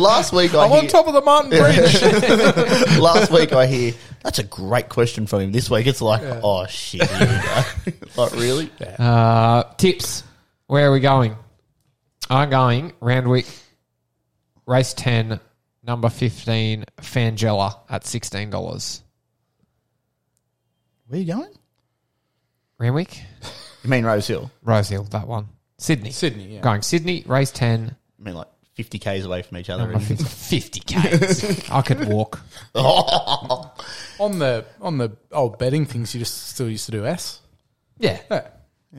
B: Last week I
C: I'm on
B: hear-
C: top of the mountain bridge.
B: Last week I hear that's a great question from him. This week it's like, oh shit, here we go. like really?
D: uh, tips. Where are we going? I'm going Randwick, race 10, number 15, Fangela at $16.
B: Where are you going?
D: Randwick?
B: You mean Rose Hill?
D: Rosehill, that one. Sydney.
C: Sydney, yeah.
D: Going Sydney, race 10,
B: I mean like fifty k's away from each other.
D: number 50 Ks. I could walk.
C: on the on the old betting things you just still used to do S.
D: Yeah.
C: Yeah.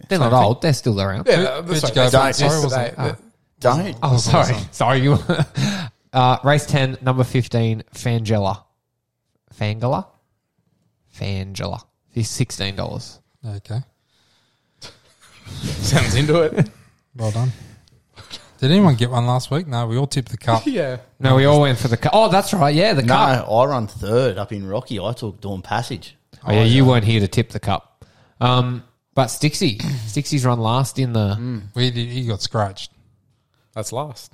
D: They're not old. They're still around.
C: Yeah,
A: Who'd
C: that's
A: you go
C: right.
A: for?
B: Don't-
A: Sorry, was
C: Yesterday,
A: it?
C: the-
B: Don't.
D: Oh, sorry. Sorry, you. uh, race 10, number 15, Fangela. Fangela? Fangela. He's $16.
A: Okay.
C: Sounds into it.
A: Well done. Did anyone get one last week? No, we all tipped the cup.
C: Yeah.
D: No, we all went for the cup. Oh, that's right. Yeah, the
B: No,
D: cup.
B: I run third up in Rocky. I took Dawn Passage.
D: Oh, yeah, you weren't here to tip the cup. Um, but Stixie, Stixie's run last in the.
A: We did, he got scratched.
C: That's last.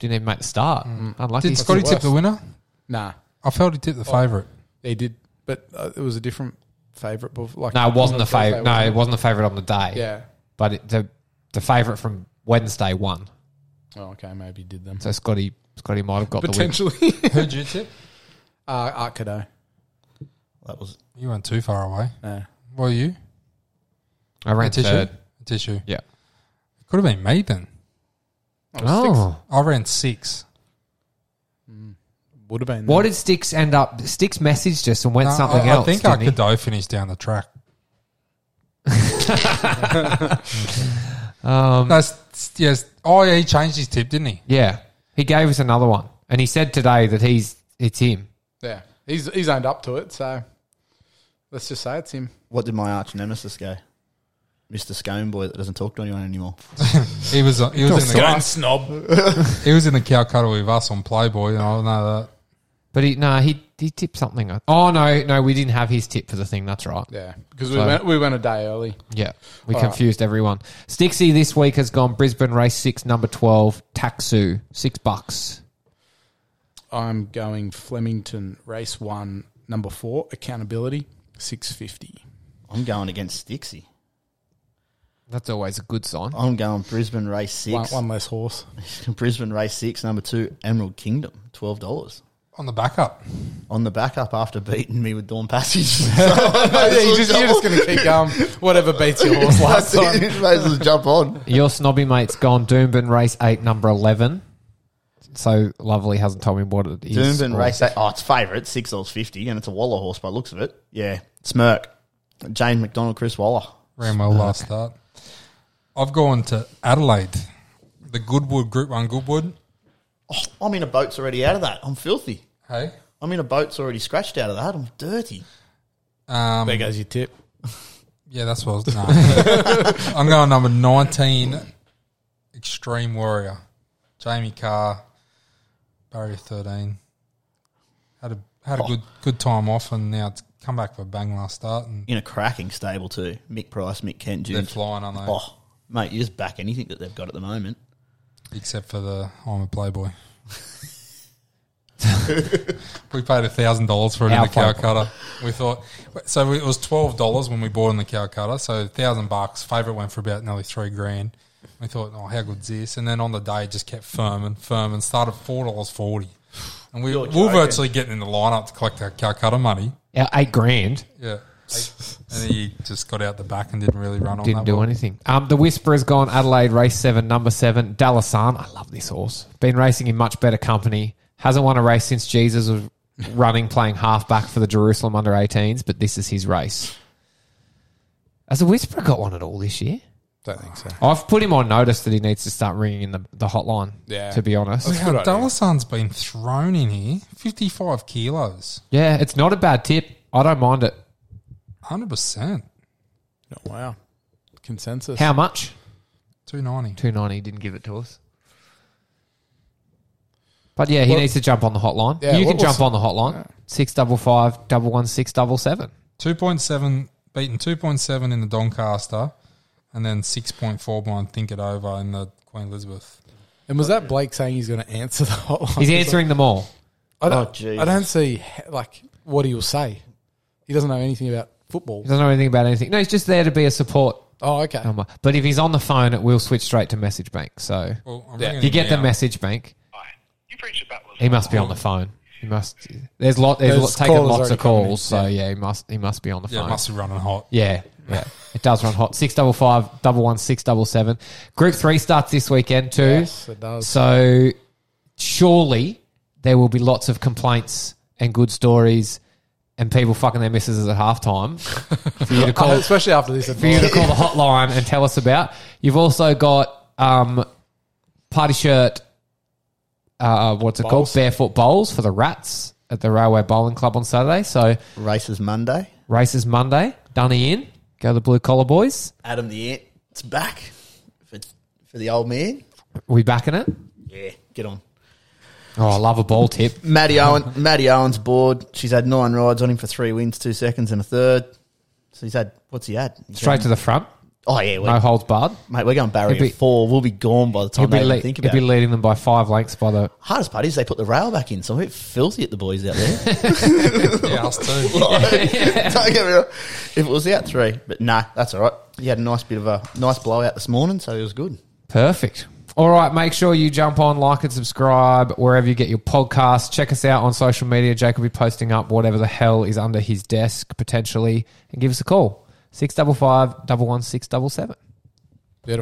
D: Didn't even make the start. Unlucky.
A: Did Scotty tip the winner?
C: Nah,
A: I felt he tipped the favourite.
C: they did, but uh, it was a different favorite. bef- Like
D: No, it wasn't the
C: Thursday,
D: favorite. No,
C: wasn't
D: it wasn't the favorite on the day.
C: it? Yeah.
D: but it, the the favorite from Wednesday won.
C: Oh, okay. Maybe did them
D: So Scotty, Scotty might have got
C: potentially.
A: Who'd you tip?
C: uh, Art Cadeau.
B: That was
A: You weren't too far away.
C: No.
A: Were you?
D: the win. I ran
A: tissue?
D: third.
A: Tissue.
D: Yeah.
A: Could have been me then.
D: Oh,
A: I ran six.
C: Would have been.
D: what
C: them.
D: did Sticks end up? Sticks messaged us and went
A: No,
D: something
A: I,
D: else.
A: I think
D: didn't
A: our
D: he?
A: Cadeau finished down the track. um, That's yes. Oh yeah, he changed his tip, didn't he?
D: Yeah, he gave us another one, and he said today that he's it's him.
C: Yeah, he's he's owned up to it. So let's just say it's him.
B: what did my arch nemesis go? Mister Scone boy that doesn't talk to anyone anymore.
A: He was he was in
F: Don't
A: the
F: snob.
A: he was in the cow cuddle with us on Playboy, and I don't know that.
D: But he no, he he tipped something. Oh no, no, we didn't have his tip for the thing. That's right.
C: Yeah, because we
D: So-
C: went we went a day early.
D: Yeah, we
C: All right.
D: confused everyone. Stixie this week has gone Brisbane race six, number twelve, Taxu, six bucks.
C: I'm going Flemington race one, number four, accountability, six fifty.
B: I'm going against Stixie.
D: That's always a good sign.
B: I'm going Brisbane race
C: One,
B: six.
C: one less horse.
B: Brisbane race six, number two, Emerald Kingdom, twelve dollars.
A: On the backup,
B: On the backup after beating me with Dawn Passage. So
C: yeah, you just, you're just going to keep going. Whatever beats your horse last time.
B: May as well jump on.
D: Your snobby mate's gone Doomben race eight, number eleven. So lovely hasn't told me what it is.
B: Doomben
D: or-
B: race eight. Oh, it's favourite, six dollars fifty, and it's a Waller horse by the looks of it. Yeah. Smirk. Jane McDonald, Chris Waller.
A: ran well last start. I've gone to Adelaide, the Goodwood Group One Goodwood.
B: Oh, I'm in a boat's already out of that. I'm filthy.
A: Hey,
B: I'm in a boat's already scratched out of that. I'm dirty.
A: um,
C: There goes your tip.
A: yeah, that's what. I was, no. I'm going number nineteen, Extreme Warrior, Jamie Carr, barrier thirteen. Had a had a good good time off, and now it's come back for a bang last start, and
B: In a cracking stable too. Mick Price, Mick Kent,
A: they're
B: June.
A: flying, aren't they?
B: Oh, mate, you just back anything that they've got at the moment.
A: Except for the I'm a Playboy. we paid thousand dollars for it in
D: Our
A: the cow
D: Playboy.
A: cutter. We thought so. It was twelve dollars when we bought in the cow cutter. So thousand bucks. Favorite went for about nearly three grand. We thought, oh, how good's this? And then on the day, it just kept firm and firm and started four dollars forty. And we we were virtually getting in the lineup to collect our cow cutter money.
D: Yeah, eight grand.
A: Yeah. and he just got out the back and didn't really run on.
D: Didn't
A: that
D: do
A: well.
D: anything. Um, the Whisperer's gone Adelaide race seven, number seven, Dallasan. I love this horse. Been racing in much better company. Hasn't won a race since Jesus was running, playing halfback for the Jerusalem under 18s, but this is his race. Has the Whisperer got one at all this year?
C: Don't think so.
D: I've put him on notice that he needs to start ringing in the, the hotline,
C: Yeah.
D: to be honest.
A: Look how Dallasan's been thrown in here. Fifty-five kilos.
D: Yeah, it's not a bad tip. I don't mind it.
A: Hundred percent.
C: Oh, wow. Consensus.
D: How much?
A: Two ninety.
D: 290 didn't give it to us. But yeah, he needs to jump on the hotline.
C: Yeah,
D: you
C: what
D: can
C: was-
D: jump on the hotline. Six double five double one six double seven.
A: Two point seven beaten two point seven in the Doncaster and then six point four blind think it over in the Queen Elizabeth.
C: And was that Blake saying he's going to answer the hotline?
D: He's answering them all.
C: I
B: Oh,
C: don't,
B: Jesus.
C: I don't see he- like what he'll say. He doesn't know anything about football.
D: He doesn't know anything about anything. No, he's just there to be a support
C: Oh, okay.
D: number. But if he's on the phone, it will switch straight to message bank. So
A: Well, I'm
C: Yeah.
A: ringing
D: you
A: him
D: get the
A: now.
D: message bank. He must be on the phone. He must. There's lot. There's,
C: There's
D: lot, taken
C: callers
D: lots
C: already
D: of calls. So
C: coming
D: yeah, he must. He must be on the
A: Yeah,
D: phone.
A: it must be running hot.
D: Yeah, yeah. It does run hot. Six double five, double one, six double seven. Group three starts this weekend too.
C: Yes, it does.
D: So surely there will be lots of complaints and good stories and people fucking their misses at halftime for you to call for
C: Especially after this
D: you to
C: advice.
D: call the hotline and tell us about. You've also got um, party shirt. Uh, what's it called?
C: Bowls.
D: Barefoot bowls for the rats at the Railway Bowling Club on Saturday. So
B: Races Monday.
D: races Monday. Dunny in. Go the blue collar boys.
B: Adam the Ant. It's back for, for the old man.
D: We backing it?
B: Yeah, get on.
D: Oh, I love a ball tip.
B: Maddie Owen. Maddie Owen's bored. She's had nine rides on him for three wins, two seconds, and a third. So he's had what's he had? He's
D: Straight
B: had-
D: to the front.
B: Oh yeah, we're,
D: No holds barred.
B: mate, we're going barrier
D: He'll be-
B: four. We'll be gone by the
D: He'll
B: time
D: be,
B: they
D: le-
B: even think
D: he'll
B: about
D: be
B: it.
D: leading them by five lengths by the.
B: Hardest part is they put the rail back in, so I'm a bit filthy at the boys out there.
A: Yeah, us too.
B: Like, don't get me wrong. If it was out three, but nah, that's all right. You had a nice bit of a nice blowout this morning, so it was good.
D: Perfect. All right, make sure you jump on, like and subscribe wherever you get your podcast. Check us out on social media. Jake will be posting up whatever the hell is under his desk potentially, and give us a call six double five double one six double seven.
C: Beautiful.